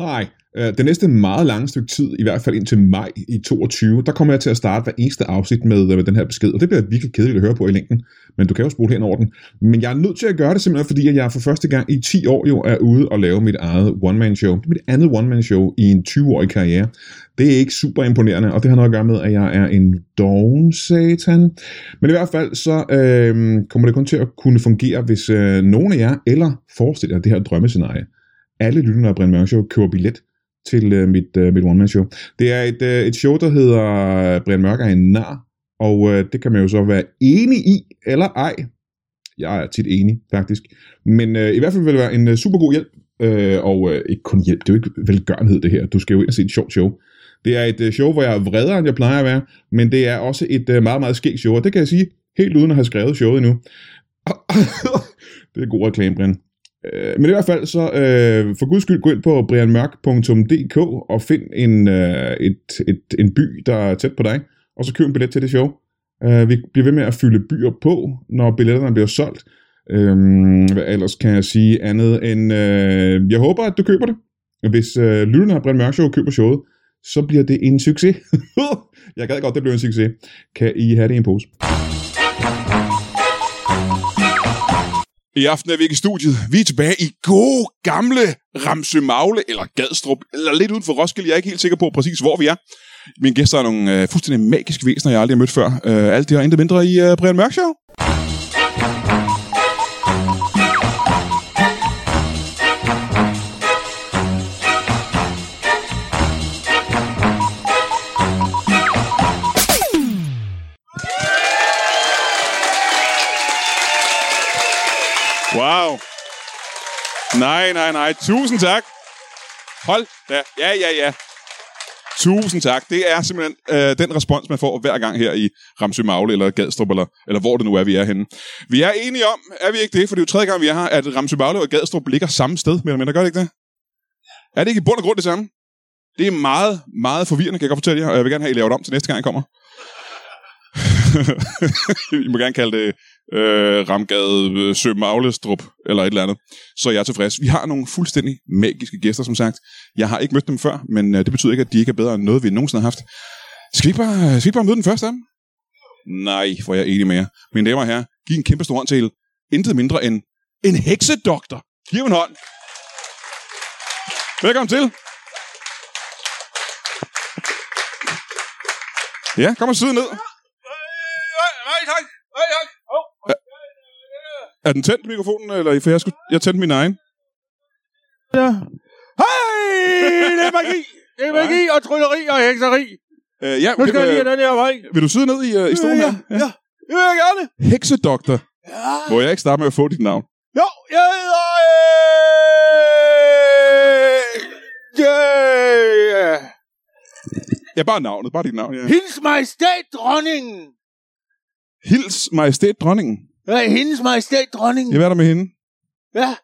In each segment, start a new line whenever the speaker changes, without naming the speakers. Nej, øh, det næste meget lange stykke tid, i hvert fald indtil maj i 22, der kommer jeg til at starte hver eneste afsnit med, øh, med den her besked, og det bliver virkelig kedeligt at høre på i længden, men du kan jo spole hen over den. Men jeg er nødt til at gøre det simpelthen, fordi at jeg for første gang i 10 år jo er ude og lave mit eget one-man-show. Det er mit andet one-man-show i en 20-årig karriere. Det er ikke super imponerende, og det har noget at gøre med, at jeg er en doven satan. Men i hvert fald så øh, kommer det kun til at kunne fungere, hvis øh, nogen af jer, eller forestiller jer det her drømmescenarie, alle lytterne af Brian Mørk Show køber billet til øh, mit, øh, mit one-man-show. Det er et, øh, et show, der hedder øh, Brian Mørk er en nar, og øh, det kan man jo så være enig i eller ej. Jeg er tit enig, faktisk. Men øh, i hvert fald vil det være en øh, super god hjælp, øh, og øh, ikke kun hjælp, det er jo ikke velgørenhed det her. Du skal jo ind og se et sjovt show. Det er et øh, show, hvor jeg er vredere, end jeg plejer at være, men det er også et øh, meget, meget skægt show, og det kan jeg sige helt uden at have skrevet showet endnu. det er god reklame, Brian. Øh, men i hvert fald så, øh, for guds skyld, gå ind på brianmørk.dk og find en, øh, et, et, en by, der er tæt på dig, og så køb en billet til det show. Øh, vi bliver ved med at fylde byer på, når billetterne bliver solgt. Øh, hvad ellers kan jeg sige andet end, øh, jeg håber, at du køber det. Hvis øh, lytterne af Brian Mørk Show køber showet, så bliver det en succes. jeg gad godt, det blev en succes. Kan I have det i en pose? I aften er vi ikke i studiet. Vi er tilbage i gode, gamle Ramsø Magle, eller Gadstrup, eller lidt uden for Roskilde. Jeg er ikke helt sikker på præcis, hvor vi er. Mine gæster er nogle øh, fuldstændig magiske væsener, jeg aldrig har mødt før. Øh, alt det og intet mindre i øh, Brian Mørk Show. Wow. Nej, nej, nej. Tusind tak. Hold da. Ja, ja, ja. Tusind tak. Det er simpelthen øh, den respons, man får hver gang her i Ramsø Magle, eller Gadstrup, eller, eller hvor det nu er, vi er henne. Vi er enige om, er vi ikke det, for det er jo tredje gang, vi er her, at Ramsø Magle og Gadstrup ligger samme sted, mere eller mindre. Gør det ikke det? Er det ikke i bund og grund det samme? Det er meget, meget forvirrende, kan jeg godt fortælle jer, og jeg vil gerne have, at I laver det om til næste gang, jeg kommer. I må gerne kalde det øh, Ramgade øh, Sø Maglestrup, eller et eller andet. Så jeg er tilfreds. Vi har nogle fuldstændig magiske gæster, som sagt. Jeg har ikke mødt dem før, men øh, det betyder ikke, at de ikke er bedre end noget, vi nogensinde har haft. Skal vi ikke bare, skal vi ikke bare møde den første af dem? Nej, hvor er jeg enig med jer. Mine damer og herrer, giv en kæmpe stor hånd til intet mindre end en heksedoktor. Giv ham en hånd. Velkommen til. Ja, kom og sidde ned.
Nej, tak. Nej, tak. Åh,
Er den tændt, mikrofonen, eller for jeg, skulle, jeg tændte min egen?
Ja. Hej! Det er magi! Det er magi og trylleri og hekseri.
Øh, ja,
Nu skal jeg
vil,
lige have den her vej.
vil du sidde ned i, øh, i stolen her?
Ja, det vil jeg gerne.
Heksedoktor.
Ja.
Må jeg ikke starte med at få dit navn?
Jo, jeg hedder... øh, Ja.
Ja, bare navnet, bare dit navn. Ja.
Hils majestæt, dronningen.
Hils majestæt dronningen.
Ja, hendes majestæt, dronningen.
Jeg hvad er der med hende?
Ja.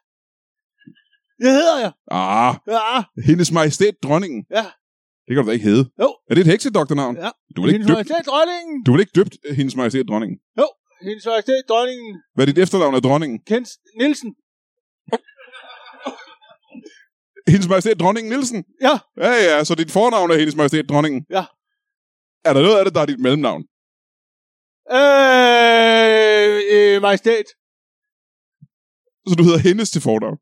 Det hedder jeg.
Ah,
Ja.
hendes majestæt dronningen.
Ja.
Det kan du da ikke hedde.
Jo.
Er det et heksedoktornavn?
Ja.
Du vil ikke
Hendes
døbt,
majestæt, dronningen.
du vil ikke døbt øh, hendes majestæt dronningen.
Hendes majestæt, dronningen.
Hvad er dit efternavn af dronningen?
Kent Nielsen.
Hendes majestæt dronningen Nielsen?
Ja.
Ja, ja, så dit fornavn er hendes majestæt dronningen?
Ja.
Er der noget af det, der er dit mellemnavn?
Øh, øh, majestæt.
Så du hedder hendes til fornavn?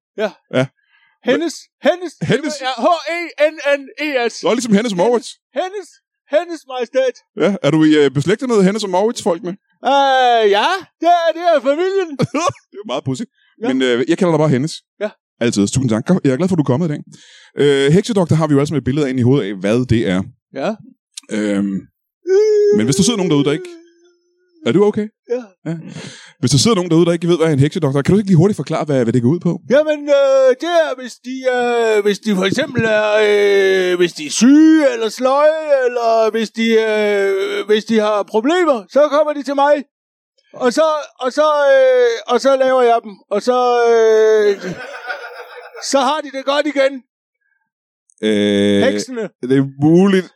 Hennes, hendes,
Hendes?
Ja, H-E-N-N-E-S.
Så er ligesom Hennes og Moritz.
Hennes, hendes majestæt.
Ja, er du i øh, beslægtet med Hennes og Moritz-folkene?
Øh, ja, det er, det er familien.
Det er jo meget pudsigt. Ja.
Ja.
Men øh, jeg kalder dig bare Hennes.
Ja.
Altid. Tusind tak. Jeg er glad for, at du er kommet i dag. Øh, Heksedoktor har vi jo altså med et billede af inde i hovedet af, hvad det er.
Ja.
Øhm, Men hvis der sidder nogen derude, der ikke- er du okay?
Ja.
ja. Hvis der sidder nogen derude, der ikke ved, hvad en heksedoktor er, kan du ikke lige hurtigt forklare, hvad, hvad det går ud på?
Jamen, øh, det er, hvis de, øh, hvis de for eksempel er, øh, hvis de er syge, eller sløje, eller hvis de, øh, hvis de har problemer, så kommer de til mig. Og så, og så, øh, og så laver jeg dem. Og så, øh, så har de det godt igen,
Øh,
heksene.
det er muligt,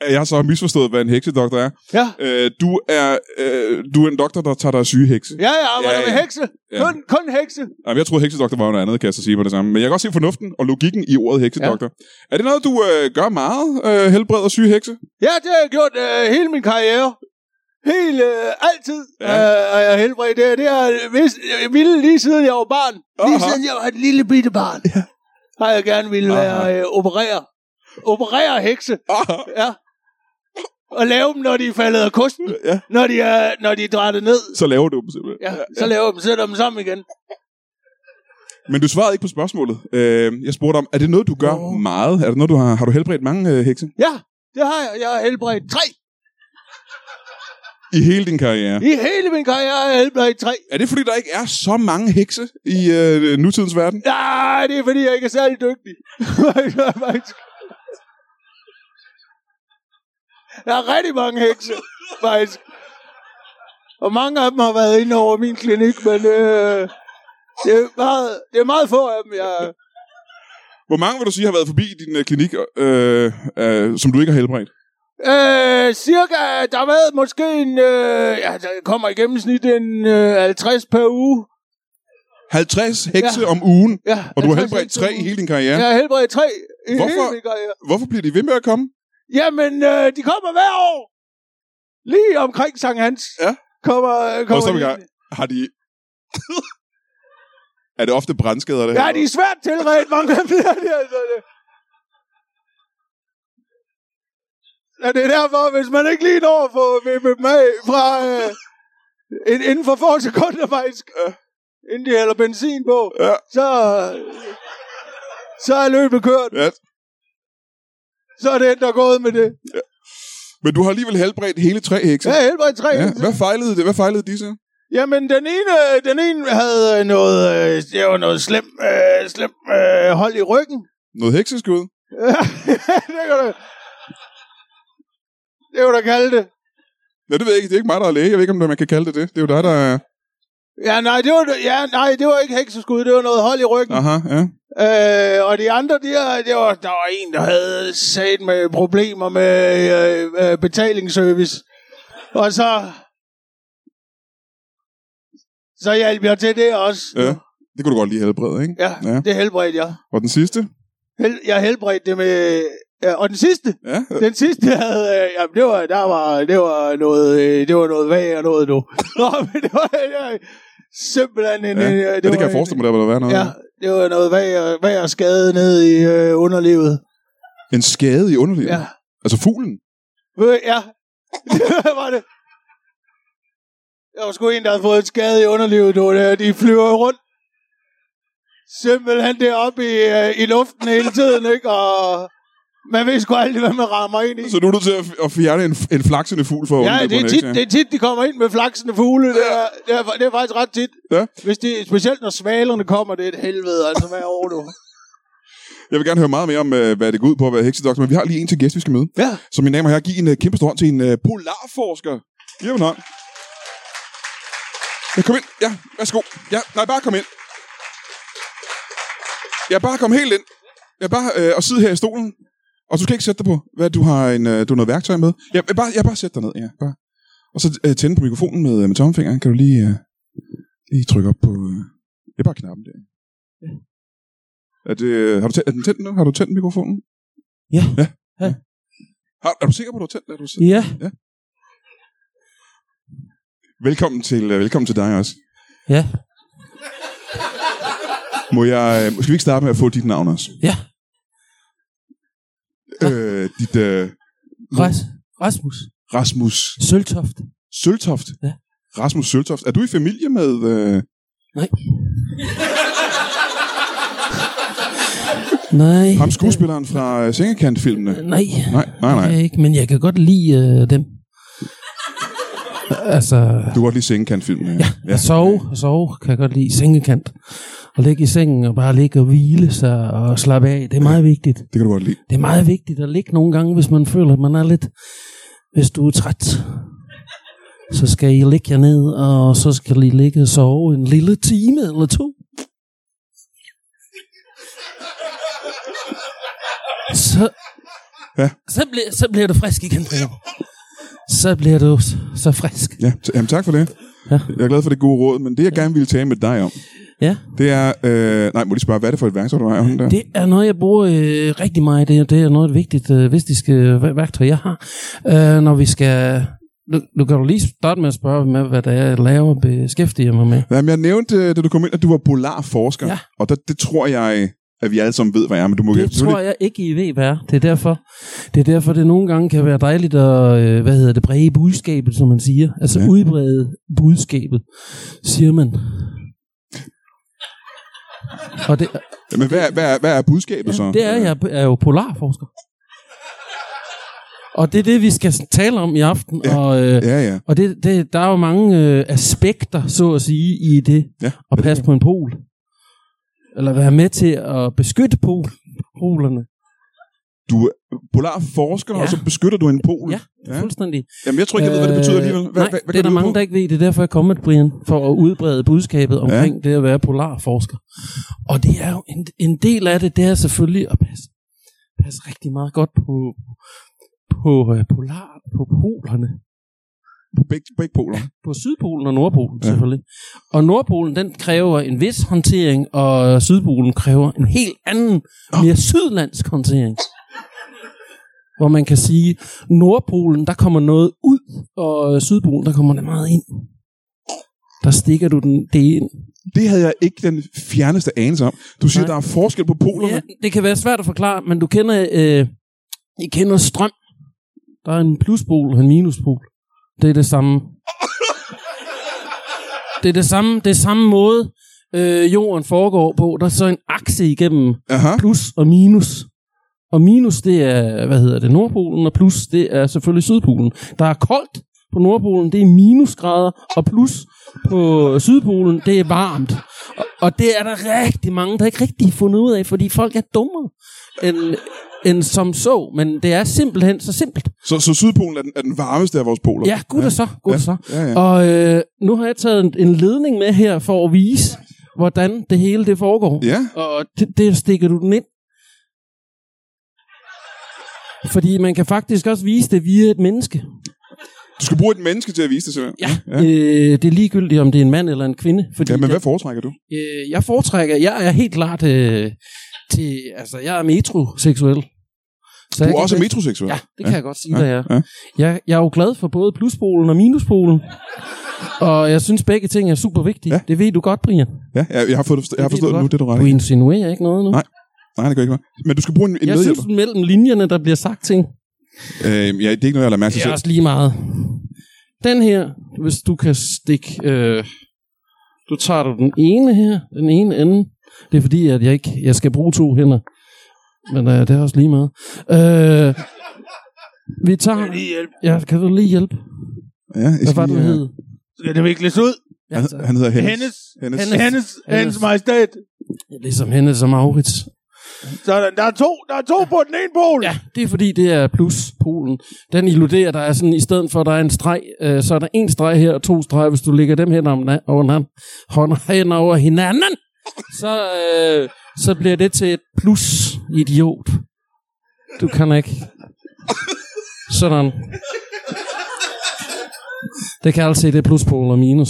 jeg har så misforstået, hvad en heksedoktor er.
Ja,
Øh, du, er øh, du er en doktor, der tager dig af syge hekse.
ja, jeg arbejder
Ja,
med
ja.
hekse.
Ja.
Kun, kun hekse.
Jamen, jeg troede, heksedoktor var noget andet, kan jeg så sige på det samme. Men jeg kan også se fornuften og logikken i ordet heksedoktor. Ja. Er det noget, du øh, gør meget? Øh, helbreder syge hekse?
Ja, det har jeg gjort øh, hele min karriere. Hele, øh, altid
Ja.
ja. øh, er jeg helbredt. Det, det har jeg vidst- jeg ville lige siden jeg var barn. Lige
Aha.
siden jeg var et lille bitte barn. Ja. Har jeg gerne ville
Aha.
være øh, operere. Operere hekse.
Ah,
Ja. Og lave dem, når de er faldet af kosten.
ja,
Når de er, når de er drættet ned.
så laver du dem simpelthen.
Ja, så laver jeg dem, sætter dem sammen igen.
Men du svarede ikke på spørgsmålet. Øh, jeg spurgte om, er det noget, du gør
Nå.
meget? Er det noget, du har, har du helbredt mange øh, hekse?
Ja, det har jeg. Jeg har helbredt tre.
I hele din karriere?
I hele min karriere har jeg helbredt tre.
Er det, fordi der ikke er så mange hekse i øh, nutidens verden?
Nej, det er fordi, jeg ikke er særlig dygtig. Jeg er faktisk- jeg har rigtig mange hekse, faktisk. Og mange af dem har været inde over min klinik, men øh, det, er meget, det er meget få af dem, jeg...
Hvor mange vil du sige har været forbi din øh, klinik, øh, øh, som du ikke har helbredt?
Øh, cirka, der har været måske en... Øh, ja, der kommer i gennemsnit en øh, 50 per uge.
50 hekse ja.
Ja.
om ugen,
Ja,
og du har
50
helbredt
hekse
tre
om
i
ugen.
hele din karriere.
Jeg
Ja.
har helbredt tre i
Hvorfor?
hele min karriere.
Hvorfor bliver de ved med at komme?
Jamen, øh, de kommer hver år. Lige omkring Sankt Hans.
Ja.
Kommer, øh,
Og
kommer
så vil
de.
jeg, har de... er det ofte brandskader, det her?
Ja, de er svært tilredt. Mange af dem er det, altså. Det. Ja, det er derfor, hvis man ikke lige når at få vippet dem af fra, øh, ind- inden for få sekunder faktisk,
Ja.
øh, inden de hælder benzin på,
Ja.
så, så er løbet kørt.
Ja.
Så er det endt og gået med det.
Men du har alligevel helbredt hele tre hekse.
Ja, helbred tre.
ja. Hvad fejlede det? Hvad fejlede de så?
Jamen, den ene, den ene havde øh, noget, øh, det var noget slemt øh, slem, øh, hold i ryggen.
Noget hekseskud?
det kan du, det kan du kalde det.
Ja, det ved jeg ikke. Det er ikke mig, der er læge. Jeg ved ikke, om man kan kalde det det. Det er jo dig, der er...
Ja, nej, det var, ja, nej, det var ikke hekseskud, det var noget hold i ryggen.
Aha, ja.
Øh, og de andre, de, her, det var, der var en, der havde sat med problemer med øh, øh, betalingsservice. Og så, så hjalp jeg til det også.
ja. Det kunne du godt lige helbrede, ikke?
Ja,
Ja.
ja. det helbredte jeg.
Og den sidste?
Hel, jeg helbredte det med... Ja, og den sidste,
Ja.
den sidste havde, øh, jamen det var, der var, det var noget, øh, det var noget vag og noget nu. Nå, men det var øh, simpelthen en...
Ja,
øh,
det, det kan jeg forestille mig, der vil være
en,
noget.
Ja, det var noget vag og, vag og skade ned i øh, underlivet.
En skade i underlivet?
Ja.
Altså fuglen?
Ved- Ja, det var det. Der var sgu en, der havde fået en skade i underlivet, du. der. De flyver rundt. Simpelthen deroppe i, øh, i luften hele tiden, ikke? Og man ved sgu aldrig, hvad man rammer ind i.
Så du er nødt til at f- at fjerne en, f- en flaksende fugl for at
Ja,
undgå
det er,
en
tit,
heks,
det er tit, de kommer ind med flaksende fugle. Det er, det er, det er faktisk ret tit.
Ja.
Hvis de, specielt når svalerne kommer, det er et helvede, altså hver år nu.
Jeg vil gerne høre meget mere om, øh, hvad det går ud på at være heksedoktor, men vi har lige en til gæst, vi skal møde.
Ja.
Så mine damer og herrer, giv en øh, kæmpe stor hånd til en øh, polarforsker. Giv ham en hånd. Ja, kom ind. Ja, værsgo. Ja, nej, bare kom ind. Ja, bare kom helt ind. Ja, bare øh, og sidde her i stolen. Og du skal ikke sætte dig på, hvad du har en, øh, du har noget værktøj med. Ja, øh, bare, ja, bare sæt dig ned, ja. Bare. Og så øh, tænde på mikrofonen med, øh, med tommelfingeren. Kan du lige, øh, lige trykke op på... Øh, ja, bare knappen der. Er, det, øh, har du tændt, er den tændt nu? Har du tændt mikrofonen?
Ja.
ja. ja. Har, er du sikker på, at du har tændt? Er du sikker?
Ja,
Velkommen til, øh, velkommen til dig også.
ja,
Må jeg, øh, skal vi ikke starte med at få dit navn også?
ja.
Øh, dit øh,
Ras, Rasmus
Rasmus
Søltoft.
Søltoft.
Ja.
Rasmus Søltoft. Er du i familie med... Øh,
Nej. nej.
ham skuespilleren fra øh, Sengekant-filmene?
Nej.
Nej, nej, nej.
Det er jeg ikke, men jeg kan godt lide øh, dem. Altså,
Du kan godt lide Sengekant-filmene. Ja.
at sove, at sove kan jeg godt lide. Sengekant. At ligge i sengen og bare ligge og hvile sig og slappe af. Det er meget vigtigt.
Det kan du godt lide.
Det er meget vigtigt at ligge nogle gange, hvis man føler, at man er lidt... Hvis du er træt, så skal I ligge jer ned, og så skal I ligge og sove en lille time eller to. Så,
Ja.
Så, bliver, så bliver du frisk igen, Brian. Så bliver du s- så frisk.
Ja, t- jamen, tak for det.
Ja.
Jeg er glad for det gode råd, men det, jeg gerne ville tale med dig om,
Ja.
det er... Øh, nej, må de spørge, hvad er det for et værktøj, du har om der?
Det er noget, jeg bruger øh, rigtig meget. Det er, det er noget af et vigtigt øh, vistisk øh, væ- værktøj, jeg har. Øh, når vi skal... Du, du kan jo lige starte med at spørge med, hvad det er, jeg laver og beskæftiger mig med.
Jamen, jeg nævnte, øh, da du kom ind, at du var polarforsker.
Ja.
Og der, det tror jeg, at vi alle sammen ved, hvad er, men du må
Det tror jeg ikke, I ved, hvad er. Det er derfor, det, er derfor, det nogle gange kan være dejligt at, øh, hvad hedder det, brede budskabet, som man siger. Altså
Ja.
ja. udbrede budskabet, siger man. Og det,
Men hvad, er- hvad, er, hvad er budskabet så?
det er, jeg er jo polarforsker. Og det er det, vi skal tale om i aften. Ja. Og, øh,
Ja, ja.
og det, det, der er jo mange øh, aspekter, så at sige, i det.
Ja.
At passe på en pol. Eller være med til at beskytte pol, polerne.
Du er polarforsker, ja.
Ja.
og så beskytter du en pol.
Ja,
ja.
ja. fuldstændig.
Jamen, jeg tror ikke, jeg ved, hvad det betyder alligevel. Hvad,
Øh, nej,
hvad, hvad
det er
går
der
ud
mange,
på?
der ikke ved. Det er derfor, jeg er kommet, Brian, for at udbrede budskabet omkring ja. det at være polarforsker. Og det er jo en, en del af det, det er selvfølgelig at passe, passe rigtig meget godt på, på, øh, polar, på polerne.
På begge, begge poler.
På Sydpolen og Nordpolen,
Ja.
ja. selvfølgelig. Og Nordpolen, den kræver en vis håndtering, og øh, Sydpolen kræver en helt anden, mere sydlandsk håndtering. Hvor man kan sige, Nordpolen, der kommer noget ud, og øh, Sydpolen, der kommer det meget ind. Der stikker du den, det ind.
Det havde jeg ikke den fjerneste anelse om. Du siger,
Nej.
der er forskel på polerne.
Ja, det kan være svært at forklare, men du kender, øh, I kender strøm. Der er en pluspol og en minuspol. Det er det samme. Det er det samme, det er samme måde, øh, jorden foregår på. Der er så en akse igennem
Aha.
plus og minus. Og minus, det er, hvad hedder det, Nordpolen, og plus, det er selvfølgelig Sydpolen. Der er koldt på Nordpolen, det er minusgrader, og plus på Sydpolen, det er varmt. Og, og det er der rigtig mange, der ikke rigtig har fundet ud af, fordi folk er dummere end, end som så. Men det er simpelthen så simpelt.
Så, så Sydpolen er den, er den varmeste af vores poler.
Ja, gud og så, gud
Ja,
så.
ja, ja.
Og øh, nu har jeg taget en, en ledning med her for at vise, hvordan det hele det foregår.
Ja.
Og det, det stikker du den ind. Fordi man kan faktisk også vise det via et menneske.
Du skal bruge et menneske til at vise det simpelthen.
Ja. Øh, det er ligegyldigt, om det er en mand eller en kvinde. Fordi
Ja, men
det-
hvad foretrækker du?
Øh, jeg foretrækker, jeg er helt klart øh, til, altså jeg er metroseksuel. Så
Du
jeg
er
kan
også
bedst-
metroseksuel.
Ja, det kan jeg godt sige,
Ja,
ja. jeg er.
ja.
Jeg, jeg er jo glad for både pluspolen og minuspolen. og jeg synes, begge ting er super vigtige.
Ja.
Ja. Det ved du godt, Brian. Det
Ja, jeg, jeg har, fået, jeg har forstået
ved
det
godt.
nu, det du ret.
Du
i.
insinuerer ikke noget nu.
Nej, Nej, det gør ikke noget. Men du skal bruge en, en
jeg
medhjælper.
synes, mellem linjerne, der bliver sagt ting.
Øh, ja, det er ikke noget, jeg lader mærke til
Det er
selv.
også lige meget. Den her, hvis du kan stikke... Øh, du tager du den ene her, den ene ende. Det er fordi, at jeg ikke jeg skal bruge to hænder. Men øh, det er også lige meget. Øh, vi tager...
Kan I hjælpe?
Ja, kan du lige hjælpe?
Ja, jeg
Hvad
skal
var det,
lige,
du
øh,
hed? Altså.
Skal det vikles ud?
Ja,
Han,
tak.
han hedder Hennes.
Hendes,
Hennes.
Hennes.
hendes, hendes
Hendes.
majestat.
Ligesom hende som Maurits.
Sådan, der er to, der er to på den ene pol.
Ja, det er fordi, det er pluspolen. Den illuderer, der er sådan, i stedet for, at der er en streg, øh, så er der en streg her og to streger, hvis du lægger dem hen om, na- over, hinanden, hånd, hen over hinanden, så, øh, så bliver det til et plus, idiot. Du kan ikke. Sådan. Det kan altså se, det er pluspol og minus.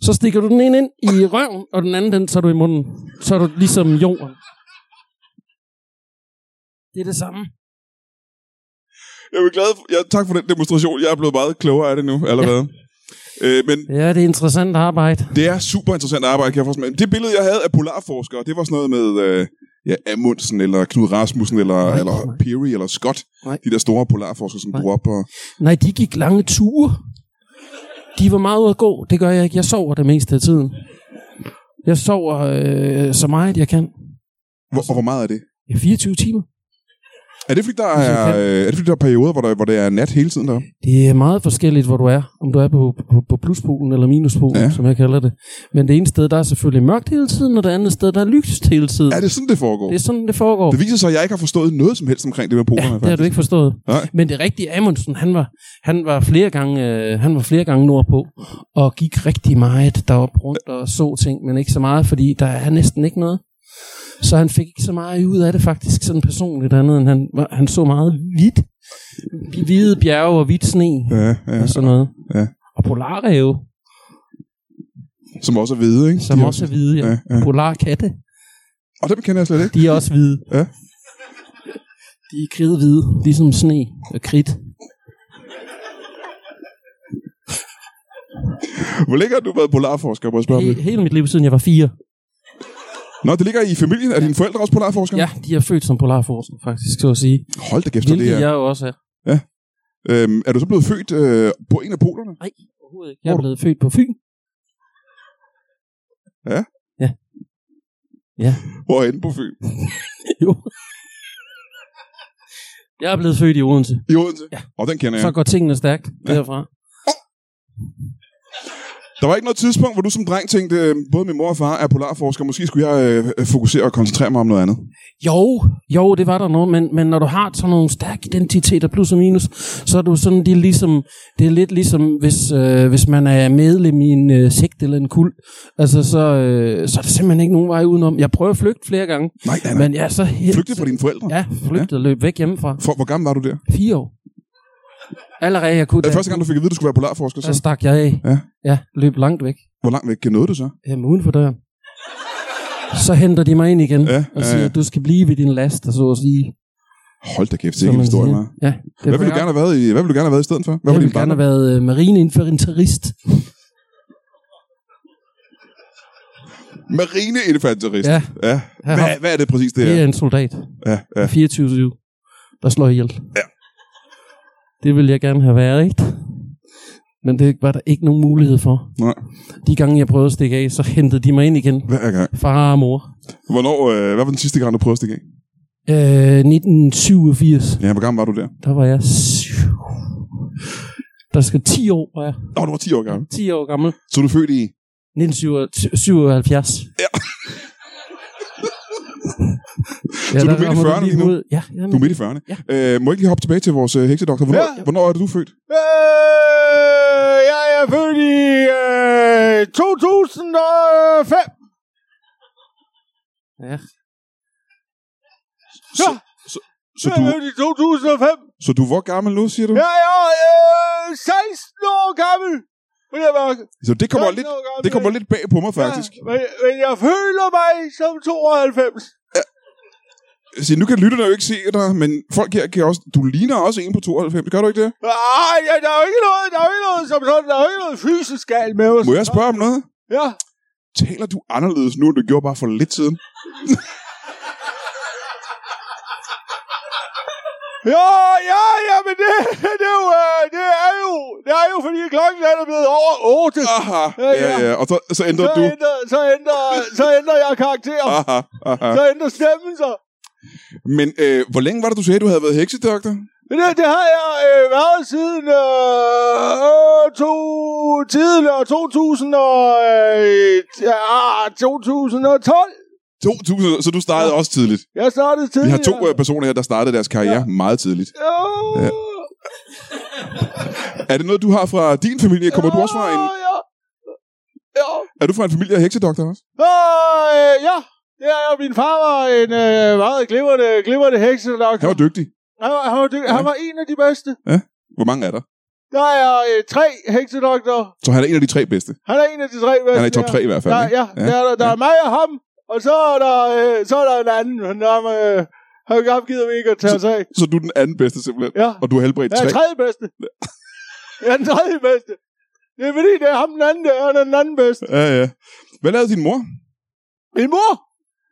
Så stikker du den ene ind i røven, og den anden, den tager du i munden. Så er du ligesom jorden. Det er det samme.
Jeg er glad for, ja, tak for den demonstration. Jeg er blevet meget klogere af det nu allerede. Ja. Øh, men
Ja, det er interessant arbejde.
det er super interessant arbejde, kan jeg forstå. Men Det billede, jeg havde af polarforskere, det var sådan noget med øh, ja, Amundsen, eller Knud Rasmussen, eller,
Nej,
eller
nej.
Peary, eller Scott.
Nej.
De der store polarforskere, som
Nej.
drog op og...
Nej, de gik lange ture. De var meget ude at gå. Det gør jeg ikke. Jeg sover det meste af tiden. Jeg sover øh, så meget, jeg kan.
Hvor,
Altså-
og hvor meget er det?
Ja, 24 timer.
Er det, fordi der
Hvis
er,
jeg Altså, kan.
øh, er det, fordi der er perioder, hvor, der, hvor det er nat hele tiden der?
Det er meget forskelligt, hvor du er. Om du er på, på, på pluspolen eller minuspolen,
Ja.
ja. som jeg kalder det. Men det ene sted, der er selvfølgelig mørkt hele tiden, og det andet sted, der er lyst hele tiden.
Er det sådan, det foregår?
Det er sådan, det foregår.
Det viser sig, at jeg ikke har forstået noget som helst omkring det med polerne.
Ja, det har du ikke forstået.
Nej.
Men det rigtige Amundsen, han var, han var flere gange, øh, han var flere gange nordpå, og gik rigtig meget deroppe rundt og så ting, men ikke så meget, fordi der er næsten ikke noget. Så han fik ikke så meget ud af det faktisk, sådan personligt andet, end han, var- han så meget hvidt. Hvide bjerge og hvidt sne
Ja, ja.
og sådan noget.
Ja.
Og polarræve,
Som også er hvide, ikke?
som
De er
også er hvide. Ja.
Ja, ja.
Polarkatte,
Og dem kender jeg slet ikke.
de er også hvide.
Ja.
De er kridhvide, ligesom sne og kridt.
Hvor længe har du været polarforsker, må jeg spørge om det?
He- hele mit liv siden jeg var fire.
Nå, det ligger i familien. Er dine forældre også polarforskere?
Ja, de er født som polarforskere, faktisk, så at sige.
Hold da kæft, så det
Hvilket
er.
jeg jo også er.
Øhm, er du så blevet født øh, på en af polerne?
Nej, overhovedet ikke. Jeg er blevet født på Fyn.
Hvor er på Fyn?
jo. Jeg er blevet født i Odense.
I Odense? Ja. Og den kender jeg.
Så går tingene stærkt derfra.
Der var ikke noget tidspunkt, hvor du som dreng tænkte, øh, både min mor og far er polarforskere, måske skulle jeg øh, fokusere og koncentrere mig om noget andet.
Jo, jo, det var der noget, men, men når du har sådan nogle stærke identiteter, plus og minus, så er du sådan, det er, ligesom, det er lidt ligesom, hvis, øh, hvis man er medlem i en øh, sekt eller en kult, altså så, øh, så er der simpelthen ikke nogen vej udenom. Jeg prøver at flygte flere gange,
Nej, nej, nej.
men jeg er så helt...
Flygtede fra dine forældre?
Ja, flygtede og løb væk hjemmefra.
For, hvor gammel var du der?
Fire år. Allerede jeg kunne,
Ja.
da,
Første gang, du fik at vide, at du skulle være polarforsker, så
der stak jeg af.
Ja.
ja løb langt væk.
hvor langt væk nåede du så?
Jamen uden for døren. Så henter de mig ind igen
Ja,
og
ja,
siger,
ja.
du skal blive ved din last, og så at sige.
Hold da kæft, det er
som
ikke
man
en historie,
siger.
hva'?
Ja, det
Hvad
var
ville du
jeg.
gerne have været i, hvad ville du gerne have været i stedet for? Hvad
jeg
var
ville
din
gerne
barndom?
have været øh, marineinfanterist.
Marineinfanterist.
Ja.
ja.
Jeg
Hvad,
har-
hvad er det præcis, det
Det
er?
er en soldat.
Ja, ja.
24-7. Der slår ihjel.
Ja.
Det ville jeg gerne have været, ikke? Men det var der ikke nogen mulighed for.
Nej,
De gange, jeg prøvede at stikke af, så hentede de mig ind igen.
hver gang.
Far og mor.
Hvornår, øh, hvad var den sidste gang, du prøvede at stikke af?
Øh, 1987,
Ja, hvor gammel var du der?
der var jeg... syv. Der skal 10 år, var jeg.
Nå, du var 10 år gammel.
10 år gammel.
Så er du født i...
1977. Ja. ja
Så du er
der
midt i
rammer
40'erne lige nu?
ud. Ja, jamen,
Du er midt i 40'erne.
Ja.
Øh, må jeg ikke lige hoppe tilbage til vores øh, heksedoktor? Hvornår,
Ja.
hvornår er det, du er født?
Øh, jeg er født i øh, 2005.
ja.
Ja,
Så
jeg
du,
er født i 2005.
så du er hvor gammel nu, siger du?
Ja, jeg er øh, 16 år gammel. Men jeg var
Så det kommer,
16
lidt,
år gammel.
det kommer lidt bag på mig, faktisk.
Ja, men, men jeg føler mig som 92.
Så nu kan lytterne jo ikke se dig, men folk her kan også... Du ligner også en på 92, gør du ikke det?
Ej, Ah, ja, der er jo ikke noget, der er jo ikke noget som sådan, der er jo ikke noget fysisk galt med os.
Må jeg spørge om noget?
Ja,
Taler du anderledes nu, end du gjorde bare for lidt siden?
ja, ja, ja, men det, det, er jo, øh, det er jo, det er jo, fordi klokken den er blevet over 8.
Aha,
Ja,
ja,
ja.
ja. Og så, så ændrer
så,
du... Ah,
ændrer, så, ændrer, så ændrer jeg karakter.
Aha, aha.
Så ændrer stemmen sig.
Men øh, hvor længe var det, du sagde, du havde været heksedoktor?
Men det, det har jeg øh, været siden øh, to, tiden, øh, 2000 og, øh, ja, 2012.
2000, så du startede også tidligt.
Jeg startede
Vi
tidligere.
har to øh, personer her, der startede deres karriere ja. meget tidligt.
Øh,
Ja. Er det noget, du har fra din familie? Kommer du også fra en...
øh, Ja. ja.
Er du fra en familie af heksedoktor også?
Øh, øh, ja. Det er jo, min far var en øh, meget glimrende, glimrende heksedoktor.
Han var dygtig.
han, var, han, var dyk- han var en af de bedste.
Hvor mange er der?
Der er øh, tre heksedoktorer.
Så han er en af de tre bedste.
Han er en af de tre bedste.
Han er i top
ja.
3 i hvert fald.
Der,
ikke?
ja,
Ja.
ja. Der, der, der
Ja.
er mig og ham, og så er der, øh, så er der en anden. Han er, øh, han har givet mig ikke at tage os af.
Så du er den anden bedste simpelthen.
Ja.
Og du har helbredt
Jeg
tre.
er tredje bedste. Jeg er den tredje bedste. Det er fordi, det er ham den anden, der han er den anden bedste.
Ja, ja. Hvad lavede din mor?
Min mor!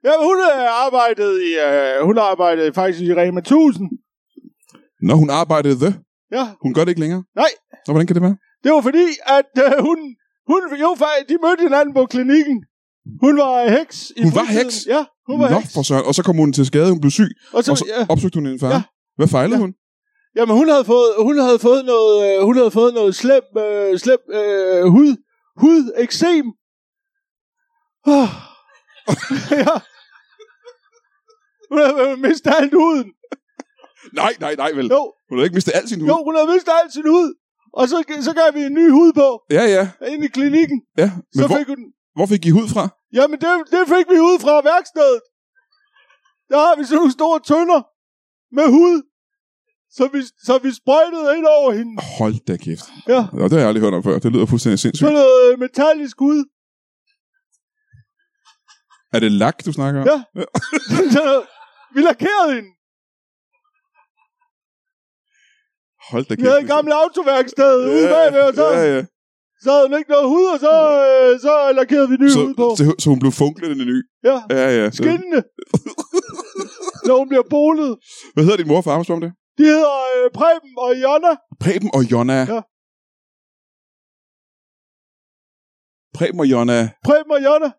Ja, hun øh, arbejdede i, øh, hun arbejdede faktisk i Rema 1000.
Nå, hun arbejdede det.
Ja,
Hun gør det ikke længere.
Nej.
Nå, hvordan kan det være?
det var fordi, at øh, hun, hun, jo faktisk, de mødte hinanden på klinikken. Hun var heks. I
Hun var
fritiden.
heks?
Ja, hun var
Nå,
heks.
for søren. Og så kom hun til skade, hun blev syg,
Og så,
og så
ja.
opsøgte hun en far.
Ja.
Hvad fejlede
Ja.
hun?
Jamen, hun havde fået, hun havde fået noget, øh, hun havde fået noget slem, øh, slem øh, hud, hud, eksem. Oh. ja. Hun havde øh, mistet alt huden.
Nej, nej, nej vel.
Jo,
Hun havde ikke mistet al sin hud.
jo, hun havde mistet alt sin hud. Og så, så gav vi en ny hud på,
Ja, ja.
ind i klinikken.
ja. Men
så
hvor,
fik hun,
hvor fik I hud fra?
jamen, det, det fik vi ud fra værkstedet. der har vi sådan nogle store tønder med hud, så vi, så vi sprøjtede ind over hende.
Hold da kæft.
Ja.
Og det har jeg aldrig hørt om før. Det lyder fuldstændig sindssygt.
Sådan noget øh, metallisk hud.
Er det lak, du snakker om?
Ja. Så vi lakerede hende.
Hold da
Vi
kæft.
havde et gammelt autoværksted ude bagved, og så,
ja, ja.
så havde hun ikke noget hud, og så, øh, så lakerede vi ny
Så,
hud på.
så, så, hun blev funklende ny.
Ja,
Ja, ja. Så,
skinnende. Når hun bliver bolet.
hvad hedder din mor og far, hvis du om det?
De hedder øh, Preben og Jonna.
Preben og Jonna.
Ja.
Preben og Jonna.
Preben og Jonna.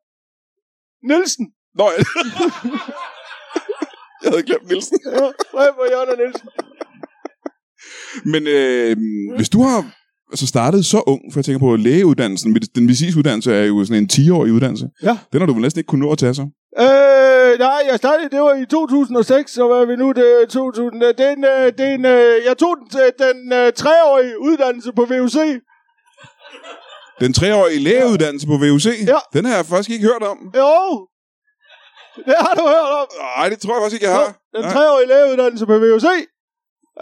Nielsen.
Nå, ja. jeg havde glemt Nielsen.
Ja, Preben og Jonna Nielsen.
Men øh, hvis du har altså startet så ung, for jeg tænker på lægeuddannelsen, med- den medicinske uddannelse er jo sådan en 10-årig uddannelse.
Ja.
Den har du vel næsten ikke kunnet nå at tage så.
Øh, nej, jeg startede, det var i 2006, så hvad er vi nu, det er 2000. Øh, Det er en, øh, det er en, øh, jeg tog den, øh, den øh, treårige uddannelse på VUC.
Den 3-årige lægeuddannelse på VUC,
Ja.
den har jeg faktisk ikke hørt om.
Jo, det har du hørt om.
Nej, det tror jeg faktisk ikke, jeg har.
Den
Nej.
treårige lægeuddannelse på VUC.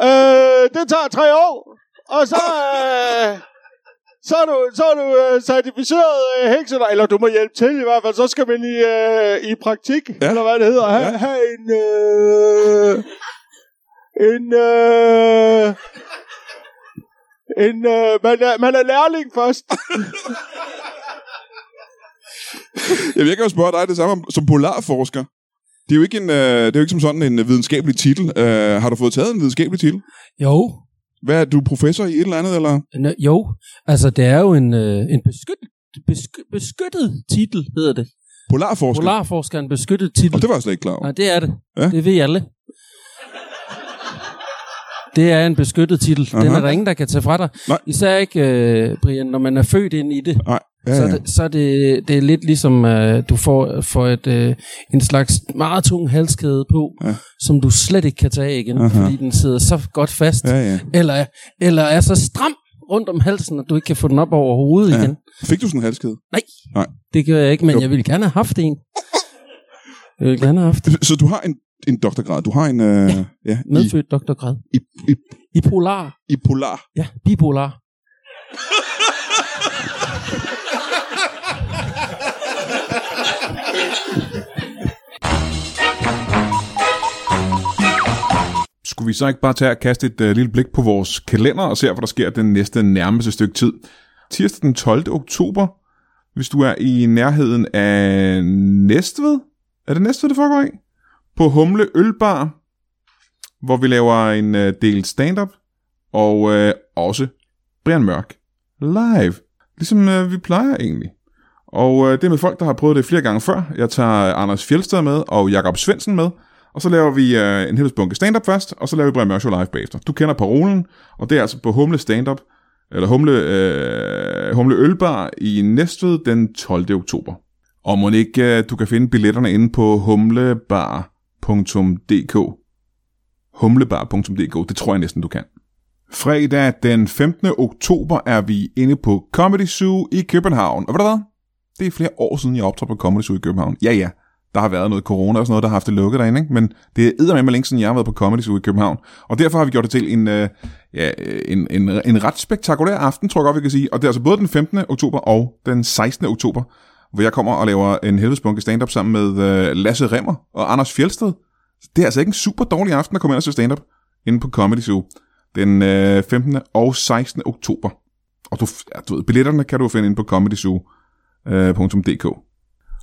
Øh, det tager tre år. Og så, øh, så er du, så er du øh, certificeret øh, hekse, eller du må hjælpe til i hvert fald. Så skal man i, øh, i praktik, ja. eller hvad det hedder, have,
Ja.
ja. have en... Øh, en... Øh, en øh, man, er, man er lærling først.
Jamen, jeg kan jo spørge dig det samme om- som polarforsker. Det er jo ikke, en, øh, det er jo ikke som sådan en øh, videnskabelig titel. Øh, har du fået taget en videnskabelig titel?
Jo,
Hvad er du professor i et eller andet, eller?
Nå, jo. altså det er jo en, øh, en beskyttet, besky, beskyttet titel, hedder det.
Polarforsker?
Polarforsker er en beskyttet
Og
titel.
det var jeg slet ikke klar over.
Nej, det er det.
Ja.
Ja. Det ved alle. Det er en beskyttet titel. Den
Aha.
er der ingen, der kan tage fra dig.
Nej.
Især ikke, øh, Brian, når man er født ind i det.
Nej, ja,
Så,
ja.
er det, så er det, det er lidt ligesom, øh, du får, får et, øh, en slags meget tung halskæde på,
Ja.
ja. som du slet ikke kan tage af igen,
Aha.
Aha. fordi den sidder så godt fast,
ja,
ja.
ja.
eller, eller er så stram rundt om halsen, at du ikke kan få den op over hovedet
Ja.
ja. igen.
Fik du sådan en halskæde?
Det gør jeg ikke, men
Jo.
jo. jeg ville gerne have haft en. Jeg ville gerne have haft
Så du har en, en doktorgrad? Du har en... Øh, ja. ja i,
medfødt doktorgrad.
i, i,
I polar.
I polar.
Ja, bipolar.
Skulle vi så ikke bare tage og kaste et øh, lille blik på vores kalender og se, hvad der sker den næste nærmeste stykke tid? Tirsdag den 12. oktober, hvis du er i nærheden af Næstved, er det Næstved, det foregår i? På Humle Ølbar, hvor vi laver en øh, del stand-up, og øh, også Brian Mørk live, ligesom øh, vi plejer egentlig. Og øh, det er med folk, der har prøvet det flere gange før. Jeg tager Anders Fjeldsted med og Jakob Svendsen med. Og så laver vi øh, en hel bunke stand-up først, og så laver vi Brian Mørk Show live bagefter. Du kender parolen, og det er altså på Humle Stand-up, eller Humle, øh, Humle Ølbar i Næstved den 12. oktober. Og må ikke øh, du kan finde billetterne inde på humlebar.dk. Humlebar.dk, det tror jeg næsten du kan. Fredag den 15. oktober er vi inde på Comedy Zoo i København. Og ved du hvad? Det er flere år siden, jeg optrådte på Comedy Zoo i København. Ja, ja. Der har været noget corona og sådan noget, der har haft det lukket derinde, ikke? men det er eddermame længe siden, jeg har været på Comedy Zoo i København. Og derfor har vi gjort det til en, øh, ja, øh, en, en, en ret spektakulær aften, tror jeg godt, vi kan sige. Og det er altså både den 15. oktober og den 16. oktober, hvor jeg kommer og laver en helvedes bunke stand-up sammen med øh, Lasse Remmer og Anders Fjelsted. Det er altså ikke en super dårlig aften at komme ind og se stand-up inde på Comedy Zoo den øh, 15. og 16. oktober. Og du, ja, du ved, billetterne kan du finde inde på øh, comedyzoo.dk.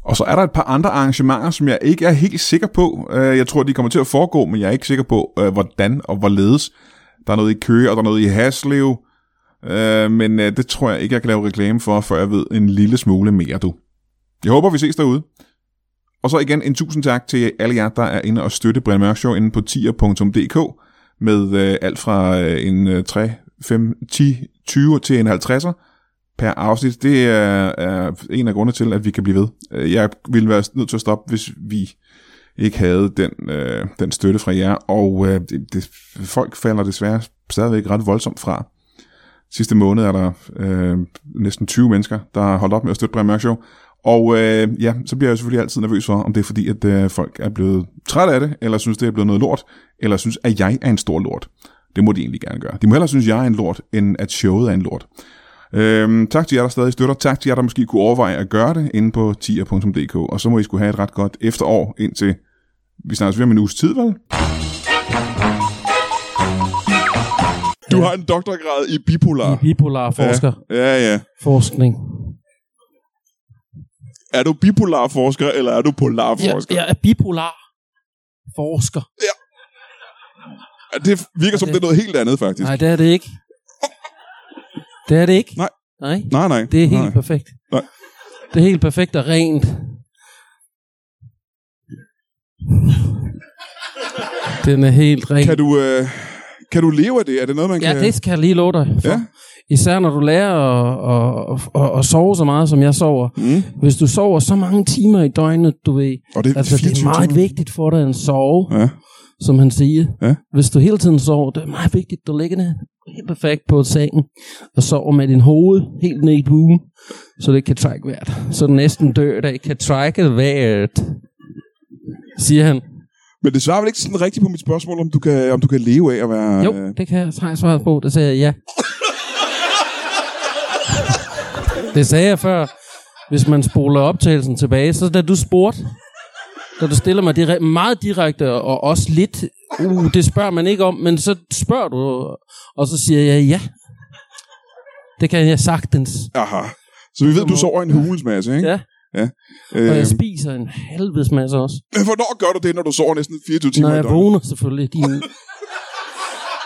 Og så er der et par andre arrangementer, som jeg ikke er helt sikker på. Øh, Jeg tror, de kommer til at foregå, men jeg er ikke sikker på, øh, hvordan og hvorledes. Der er noget i Køge, og der er noget i Haslev. Øh, Men øh, det tror jeg ikke, jeg kan lave reklame for, før jeg ved en lille smule mere, du. Jeg håber, vi ses derude. Og så igen en tusind tak til alle jer, der er inde og støtte Brian Mørk Show inde på tier.dk med øh, alt fra øh, en øh, 3, 5, 10, 20 til en 50'er per afsnit. Det er, er en af grundene til, at vi kan blive ved. Øh, Jeg ville være nødt til at stoppe, hvis vi ikke havde den, øh, den støtte fra jer, og øh, det, det, folk falder desværre stadigvæk ret voldsomt fra. Sidste måned er der øh, næsten 20 mennesker, der har holdt op med at støtte Brian Mørk Show, Og øh, ja, så bliver jeg selvfølgelig altid nervøs for, om det er fordi, at øh, folk er blevet trætte af det, eller synes, det er blevet noget lort, eller synes, at jeg er en stor lort. Det må de egentlig gerne gøre. De må hellere synes, jeg er en lort, end at showet er en lort. Øhm, tak til jer, der stadig støtter. Tak til jer, der måske kunne overveje at gøre det inde på tier.dk. Og så må I skulle have et ret godt efterår indtil... Vi snakkes ved om en uges tid, vel? Du har en doktorgrad i bipolar.
Bipolar forsker. Ja.
Ja, ja.
Forskning.
Er du bipolar forsker, eller er du polar
Jeg,
forsker?
jeg er bipolar forsker.
Ja. Det virker som, det er noget helt andet, faktisk.
Nej, det er det ikke. Det er det ikke.
Nej.
Nej.
Nej, nej.
Det er helt
nej.
perfekt.
Nej.
Det er helt perfekt og rent. Den er helt ren.
Kan du, øh, kan du leve af det? Er det noget, man
ja,
kan...
det skal jeg lige love dig for.
Ja.
Især når du lærer at, at, at, at sove så meget, som jeg sover.
Mm.
Hvis du sover så mange timer i døgnet, du ved.
Og det er
Altså, det er
24
meget
timer.
vigtigt for dig at sove,
Ja.
som han siger.
Ja.
Hvis du hele tiden sover, det er meget vigtigt, du ligger ned helt perfekt på sengen, og sover med din hoved helt ned i buen, så det ikke kan trække vejret. Så den næsten dør, der ikke kan trække vejret, siger han.
Men det svarer vel ikke sådan rigtigt på mit spørgsmål, om du kan, om du kan leve af at være...
Jo,
øh,
det kan jeg trække svaret på. Det sagde jeg ja. det sagde jeg før. Hvis man spoler optagelsen tilbage, så da du spurgte, da du stiller mig direk- meget direkte og også lidt, uh, det spørger man ikke om, men så spørger du, og så siger jeg ja. Det kan jeg sagtens.
Aha. Så vi ved, du sover i en hulens masse, ikke? Øhm,
Ja, og
Øh.
jeg spiser en helvedes masse også.
Men hvornår gør du det, når du sover næsten 24 timer
Når
i
jeg
døgnet?
vågner selvfølgelig. Din...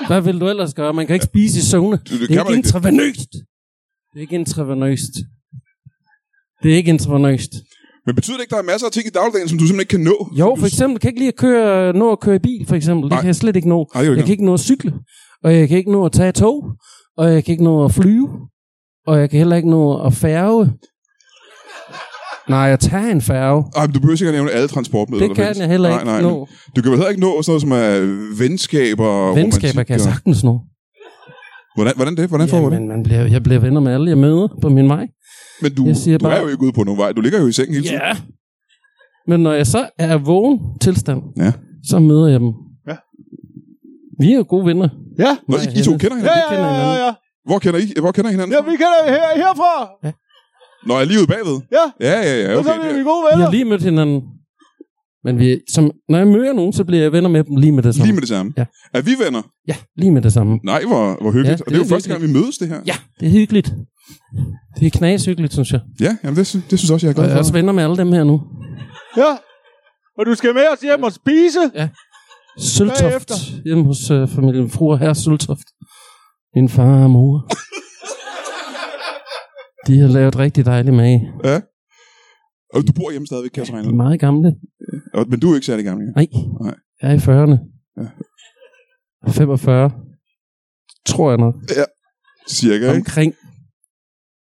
Hvad vil du ellers gøre? Man kan ikke spise i søvne.
det
Det
kan
er
man
ikke
ikke.
intravenøst. Det er ikke intravenøst. Det er ikke intravenøst.
Men betyder det ikke, at der er masser af ting i dagligdagen, som du simpelthen ikke kan nå?
Jo, for eksempel kan jeg ikke lige at køre, nå at køre i bil, for eksempel. Det
Nej.
kan jeg slet ikke nå.
Ej, det er jo
Jeg
ikke
kan ikke nå at cykle, og jeg kan ikke nå at tage et tog, og jeg kan ikke nå at flyve, og jeg kan heller ikke nå at færge. Nej, jeg tager en færge.
Ej, men du behøver sikkert nævne alle transportmidler.
Det
der
kan
findes.
jeg heller
Nej,
ikke
nej,
nå.
Du kan vel heller ikke nå sådan noget som er venskaber og
Venskaber
romantik
kan jeg
og-
sagtens nå.
Hvordan, hvordan det? Hvordan får man det?
Jamen, man bliver, jeg bliver venner med alle, jeg møder på min vej.
Men du,
jeg siger
du er
bare-
jo ikke ude på nogen vej. Du ligger jo i sengen hele tiden.
Men når jeg så er i vågen tilstand,
Ja.
så møder jeg dem.
Ja.
Vi er jo gode venner.
Ja.
Nå, I,
Nej,
I to
Henrik.
kender
Ja,
hinanden?
ja,
kender
ja, ja,
hinanden.
ja.
Hvor kender I, hvor kender I hinanden?
Ja, vi kender her, herfra.
Nå, jeg er lige ude bagved.
Ja.
Ja, ja, ja.
Og så
Okay.
er
Det,
vi gode
Vi
venner.
har lige mødt hinanden. Men vi, som, når jeg møder nogen, så bliver jeg venner med dem lige med det samme.
lige med det samme.
Ja.
Er vi venner?
Ja, lige med det samme.
Nej, hvor, hvor hyggeligt.
Ja,
og det er
det
jo
er
første gang, vi mødes det her.
Ja, det er hyggeligt. Det er knashyggeligt, synes jeg.
ja jamen, det, sy- det synes jeg også, jeg er
Og
glad
jeg
for.
er også venner med alle dem her nu.
Ja. Og du skal med os hjem og spise.
Søltoft.
Bagefter.
Hjemme hos øh, familien Fru og Herre Søltoft. Min far og mor. De har lavet rigtig dejlig mad.
Ja. Og du bor hjemme stadigvæk, kan jeg så regne
De
ud.
er meget gamle.
Og- Men du er ikke særlig gammel. ja.
Nej.
Nej.
Jeg er i 40'erne.
Ja.
45. Tror jeg nok.
Cirka, ikke?
Omkring.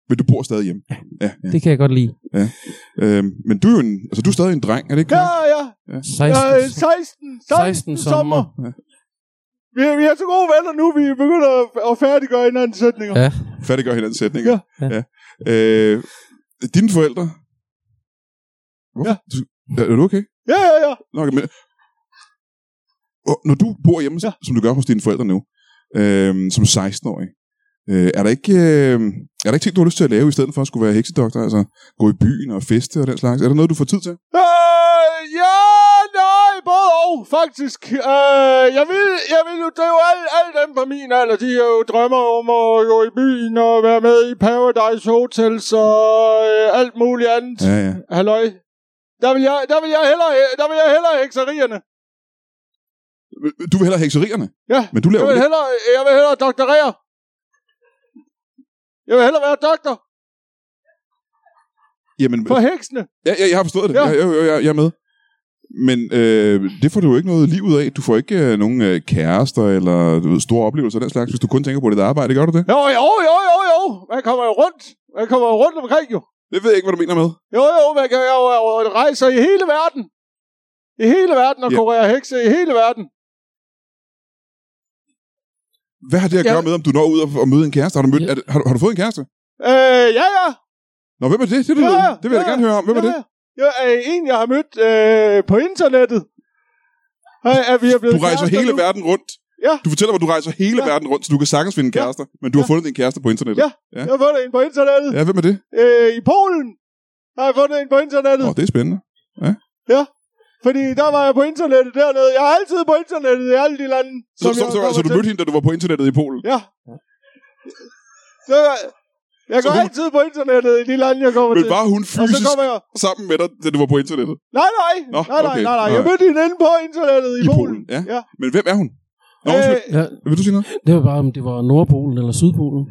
Men du bor stadig hjemme. Ja, ja.
Det kan jeg godt lide.
Øhm, men du er, jo en, altså, du er stadig en dreng, er det ikke?
Ja, ja. ja
16.
16, 16, 16
16 sommer.
sommer. Vi, er- vi er så gode venner nu, vi begynder at- at færdiggøre hinandens sætninger.
Ja.
Færdiggør hinandens sætninger.
Ja.
ja. Øh, dine forældre? Hvorfor?
Ja.
Du- Er, er du okay?
Ja, ja, ja.
Nå, okay, men... Og når du bor hjemme, ja.
Ja.
som du gør hos dine forældre nu, øh, som 16-årig, øh, er, der ikke, øh, er der ikke ting, du har lyst til at lave, i stedet for at skulle være heksedoktor? Altså gå i byen og feste og den slags? Er der noget, du får tid til?
Øh, ja, nej, både og, faktisk. Øh, jeg vil, jeg vil jo, det er jo alle, alle dem på min alder, de er jo drømmer om at gå i byen og være med i Paradise Hotels og øh, alt muligt andet. Ja.
Ja, ja.
Halløj. Der vil jeg, der vil jeg hellere, der vil jeg hellere hekserierne.
Du vil hellere hekserierne?
Ja,
Men du
Jeg
laver
vil
det.
hellere, jeg vil hellere doktorere. Jeg vil hellere være doktor
Jamen,
for heksene.
ja, ja, jeg har forstået det. Ja.
Ja.
Jeg, jeg, jeg, jeg er med. Men øh, det får du jo ikke noget liv ud af. Du får ikke øh, nogen øh, kærester eller du ved, store oplevelser og den slags, hvis du kun tænker på dit arbejde. Gør du det?
Jo, jo, jo, jo, jo. Man kommer jo rundt. Man kommer jo rundt omkring jo.
Det ved jeg ikke, hvad du mener med.
Jo, jo, man kan jo, jo rejser i hele verden. I hele verden og
Ja.
ja. kurerer hekse i hele verden.
Hvad har det at
Ja.
gøre med, om du når ud og, og møde en kæreste? Har du, mødt,
Ja.
er, det- har, du- har du fået en kæreste?
Øh, ja, ja.
Nå, hvem er det? Det, er det,
Ja,
det vil jeg da
ja,
gerne høre om. Hvem er
ja,
det?
Ja, øh, en, jeg har mødt øh, på internettet. Hej, er vi er blevet
Du rejser
kærester
hele
nu.
verden rundt.
Ja.
Du fortæller mig, du rejser hele
Ja.
verden rundt, så du kan sagtens finde en
Ja.
kæreste, men du har fundet din kæreste på internettet.
Ja. Jeg har fundet en på internettet.
Ja, hvem er det?
Øh, I Polen har jeg fundet en på internettet.
Åh, det er spændende.
Fordi der var jeg på internettet dernede. Jeg er altid på internettet i alle de lande.
Så, så,
jeg
så,
kommer
så du
til.
mødte hende, da du var på internettet i Polen?
Ja. Så jeg, jeg
Så
går
hun-
altid på internettet i de lande, jeg kommer
Men
til.
var hun
Og så
fysisk
kommer jeg...
sammen med dig, da du var på internettet?
Nej, nej.
Nå,
nej, nej,
okay.
nej, nej.
Nå,
Jeg
ja.
mødte hende inde på internettet i,
I Polen,
Polen.
ja.
ja.
Men hvem er hun? Nå,
Øh,
undskyld.
Ja,
Vil du sige noget?
det var bare, om det var Nordpolen eller Sydpolen.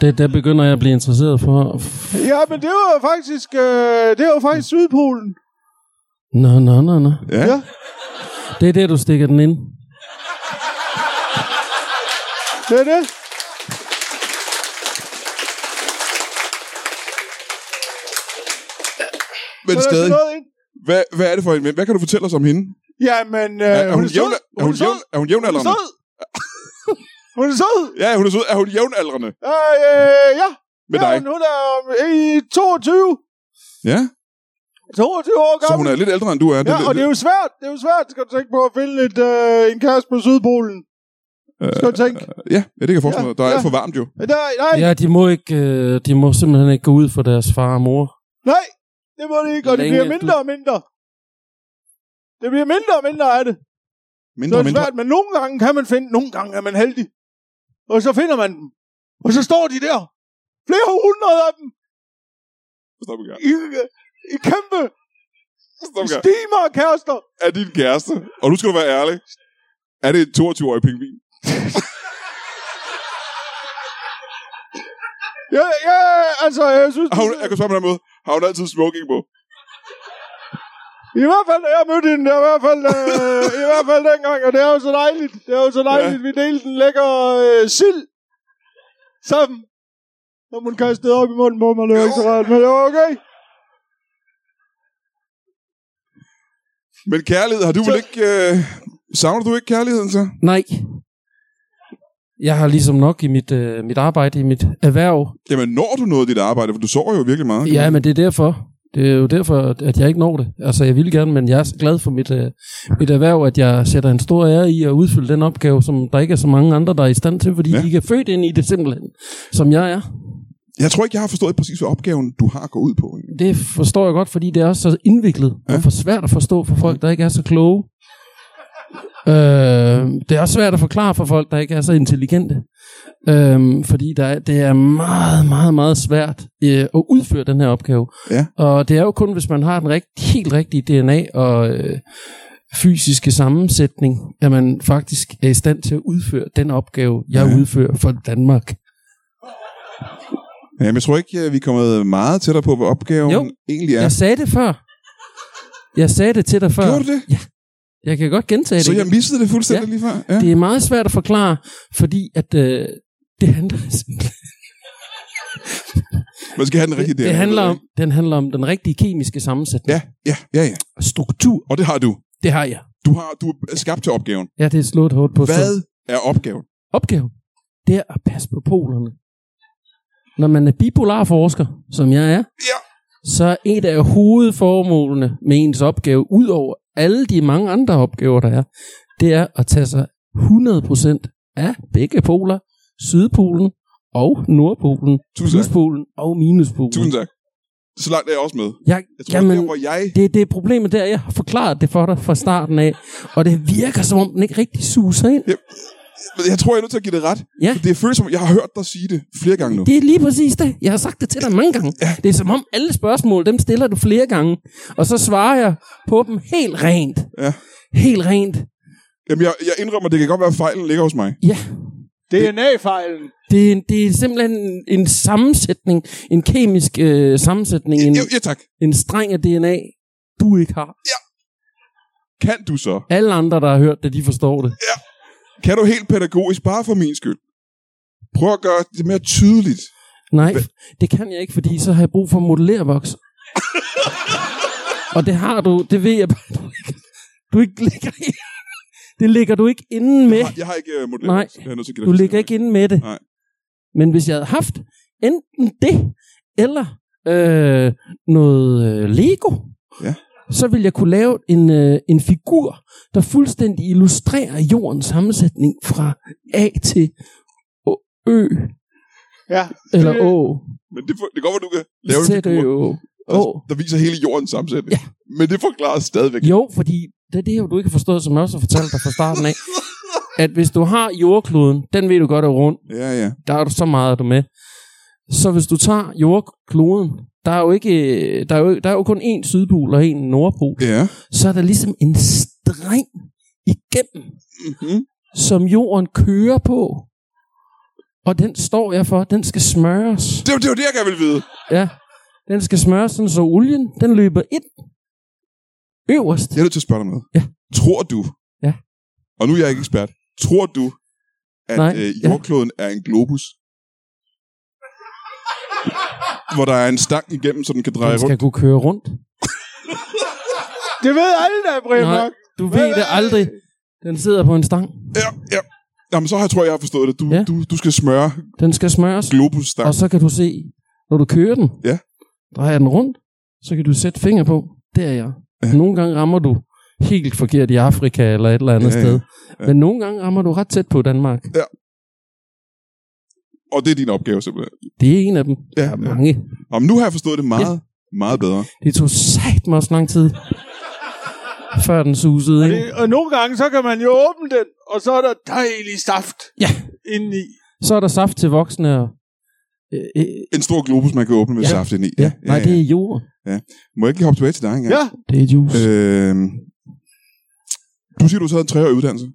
det, der begynder jeg at blive interesseret for...
Øh, ja, men det var faktisk, øh, det var faktisk Sydpolen.
Nå, nå, nå, nå.
Ja.
Ja.
Det er der, du stikker den ind.
Det er det.
Men
Så der skal
stadig,
noget ind.
hvad, hvad er det for en ven? Hvad kan du fortælle os om hende?
Jamen, øh,
Er, er hun,
hun, er sød.
jævn, er hun,
sød.
jævn, er hun
Hun er
jævnaldrende?
sød. Hun er sød.
Ja, hun er sød. Er hun jævnaldrende
Øh, øh, ja.
med
ja,
dig?
Hun, hun er øh, i 22.
Ja,
22 år
så
gammel.
hun er lidt ældre, end du er.
Ja, og det er jo svært. Det er jo svært, skal du tænke på, at finde et, øh, en kæreste på Sydpolen. Skal du tænke.
Øh, Ja, ja, det kan jeg forestille mig. Der er
Ja,
alt for varmt jo.
Nej, nej, ja.
Ja, de må, ikke, øh, de må simpelthen ikke gå ud for deres far og mor.
nej. Det må det ikke, og det
Længe
bliver
du-
mindre og mindre. Det bliver mindre og mindre af det. Så
Mindre
er
og
det
mindre.
svært, men nogle gange kan man finde, nogle gange er man heldig. Og så finder man dem. Og så står de der. Flere hundrede af dem.
Stop en gang.
I, i kæmpe
Stop en gang.
stimer og kærester.
Er din kæreste, og nu skal du være ærlig, er det en 22-årig pingvin?
Ja, ja, altså, jeg synes...
Har hun, jeg kan svare på den her måde. Har hun altid smoking på?
I hvert fald, da jeg mødte hende, i hvert fald, øh, i hvert fald dengang, og det er jo så dejligt. Det er jo så dejligt, ja. vi delte en lækker øh, sild sammen. Som hun kastede op i munden på mig, det var ikke så rart, men det var okay.
Men kærlighed, har du vel
Så-
ikke... Øh, savner du ikke kærligheden så?
Nej. Jeg har ligesom nok i mit, øh, mit arbejde, i mit erhverv.
Jamen, når du noget af dit arbejde? For du sover jo virkelig meget.
Ja, men det er derfor. Det er jo derfor, at jeg ikke når det. Altså, jeg vil gerne, men jeg er så glad for mit, øh, mit erhverv, at jeg sætter en stor ære i at udfylde den opgave, som der ikke er så mange andre, der er i stand til, fordi
Ja.
ja. de ikke er født ind i det simpelthen, som jeg er.
Jeg tror ikke, jeg har forstået præcis, hvad opgaven du har at gå ud på. egentlig.
Det forstår jeg godt, fordi det er også så indviklet ja. og for svært at forstå for folk, der ikke er så kloge. Øh, det er også svært at forklare for folk, der ikke er så intelligente. Øh, fordi der er, det er meget, meget, meget svært øh, at udføre den her opgave.
Ja.
Og det er jo kun, hvis man har den rigt, helt rigtige DNA og øh, fysiske sammensætning, at man faktisk er i stand til at udføre den opgave, jeg
Ja.
ja. udfører for Danmark.
Ja, men jeg tror ikke, øh, vi er kommet meget tættere på, hvad opgaven
Jo.
egentlig
Ja.
er.
Jeg sagde det før. Jeg sagde det til dig før.
Gjorde du det?
Jeg kan godt gentage
Så
det.
jeg
igen.
missede det fuldstændig
Ja.
lige før? Ja.
Det er meget svært at forklare, fordi at øh, det handler simpelthen-
Man skal have den rigtige
det, det
dialog,
handler
ved
om den handler om den rigtige kemiske sammensætning.
jeg. Ja, ja, ja, ja.
Struktur,
Og det har du.
det har jeg.
Du, har, du er skabt til opgaven.
Ja, det er slået hårdt på.
Hvad
Så
er opgaven?
opgaven? Det er at passe på polerne. Når man er bipolar forsker, som jeg er,
Ja.
så er et af hovedformålene med ens opgave, ud over alle de mange andre opgaver, der er, det er at tage sig 100% af begge poler, Sydpolen og Nordpolen,
Tusind tak.
pluspolen og minuspolen.
Tusind tak. Så langt er jeg også med.
Jeg,
Jeg tror, Jamen,
jamen,
der, hvor jeg...
det, det er problemet der, jeg har forklaret det for dig fra starten af, og det virker som om den ikke rigtig suser ind.
Men Jeg tror, jeg er nødt til at give det ret.
Ja.
Det føles som, jeg har hørt dig sige det flere gange nu.
Det er lige præcis det. Jeg har sagt det til dig mange gange. Ja. Det er som om alle spørgsmål, dem stiller du flere gange, og så svarer jeg på dem helt rent.
Ja.
Helt rent.
Jamen, jeg, jeg indrømmer, det kan godt være, at fejlen ligger hos mig.
Ja.
DNA-fejlen.
Det er, det er simpelthen en, en sammensætning, en kemisk øh, sammensætning, en,
Ja, ja tak.
en streng af DNA, du ikke har.
Kan du så?
Alle andre, der har hørt det, de forstår det.
Kan du helt pædagogisk, bare for min skyld? Prøv at gøre det mere tydeligt.
Nej, det kan jeg ikke, fordi så har jeg brug for modellervoks. og det har du, det ved jeg bare, du ikke, du ikke ligger i. Det ligger du ikke inde med.
Jeg har, jeg har ikke uh, modelleret.
Nej,
Jeg er nødt til at give dig
Du
fuldstændig
ligger
ret.
ikke inde med det.
Nej.
Men hvis jeg havde haft Enten det, eller øh, noget øh, Lego.
Ja.
Så vil jeg kunne lave en, øh, en figur, der fuldstændig illustrerer jordens sammensætning fra A til Å- Ø,
Ja.
eller
Øh,
Å,
Men det, for, det går, at du kan lave en
Z, Ø,
figur,
Å.
der- der viser hele jordens sammensætning.
Ja.
Men det forklarer stadigvæk.
Jo, fordi det er det, jo, du ikke har forstået, som jeg også har fortalt dig fra starten af. At hvis du har jordkloden, den ved du godt er rund,
Ja, ja.
der er du så meget er du med. Så hvis du tager jordkloden, der er jo, ikke, øh, der er jo, der er jo kun én sydpol og én nordpol,
Ja.
så er der ligesom en streng igennem,
Mm-hmm.
som jorden kører på. Og den står jeg for, den skal smøres.
Det var det, var det, jeg gerne ville vide.
Ja, den skal smøres, sådan så olien, den løber ind øverst.
Jeg er nødt til at spørge dig om noget.
Ja.
Tror du,
Ja.
og nu er jeg ikke ekspert, tror du, at
Nej,
øh,
ja.
jordkloden er en globus? Hvor der er en stang igennem, så den kan dreje
Den
rundt.
skal kunne køre rundt.
Det ved alle da, Brian
Nej.
Mørk.
Du ved det aldrig. Den sidder på en stang.
Ja, ja. Jamen, så har jeg, tror jeg, jeg har forstået det. Du,
Ja.
ja. du, du skal smøre
Den skal smøres,
globusstang.
og så kan du se, når du kører den,
Ja.
drejer den rundt, så kan du sætte finger på, der er jeg.
Ja.
Nogle gange rammer du helt forkert i Afrika eller et eller andet
Ja, ja.
sted.
Ja.
Men nogle gange rammer du ret tæt på Danmark.
Og det er din opgave, simpelthen.
Det er en af dem.
Ja,
der er
ja.
mange.
Jamen, nu har jeg forstået det meget, ja. meget bedre.
Det tog sat mig også lang tid, før den susede.
Og,
Ikke?
det, og nogle gange, så kan man jo åbne den, og så er der dejlig saft
Ja,
indeni.
så er der saft til voksne. Og, øh, øh,
En stor globus, man kan åbne med
Ja.
ja. saft ind i.
ja. Nej, det er jord.
Må jeg ikke lige hoppe tilbage til dig engang?
Ja,
Det er juice. Øh.
Øhm, du siger, du har taget en treårig uddannelse.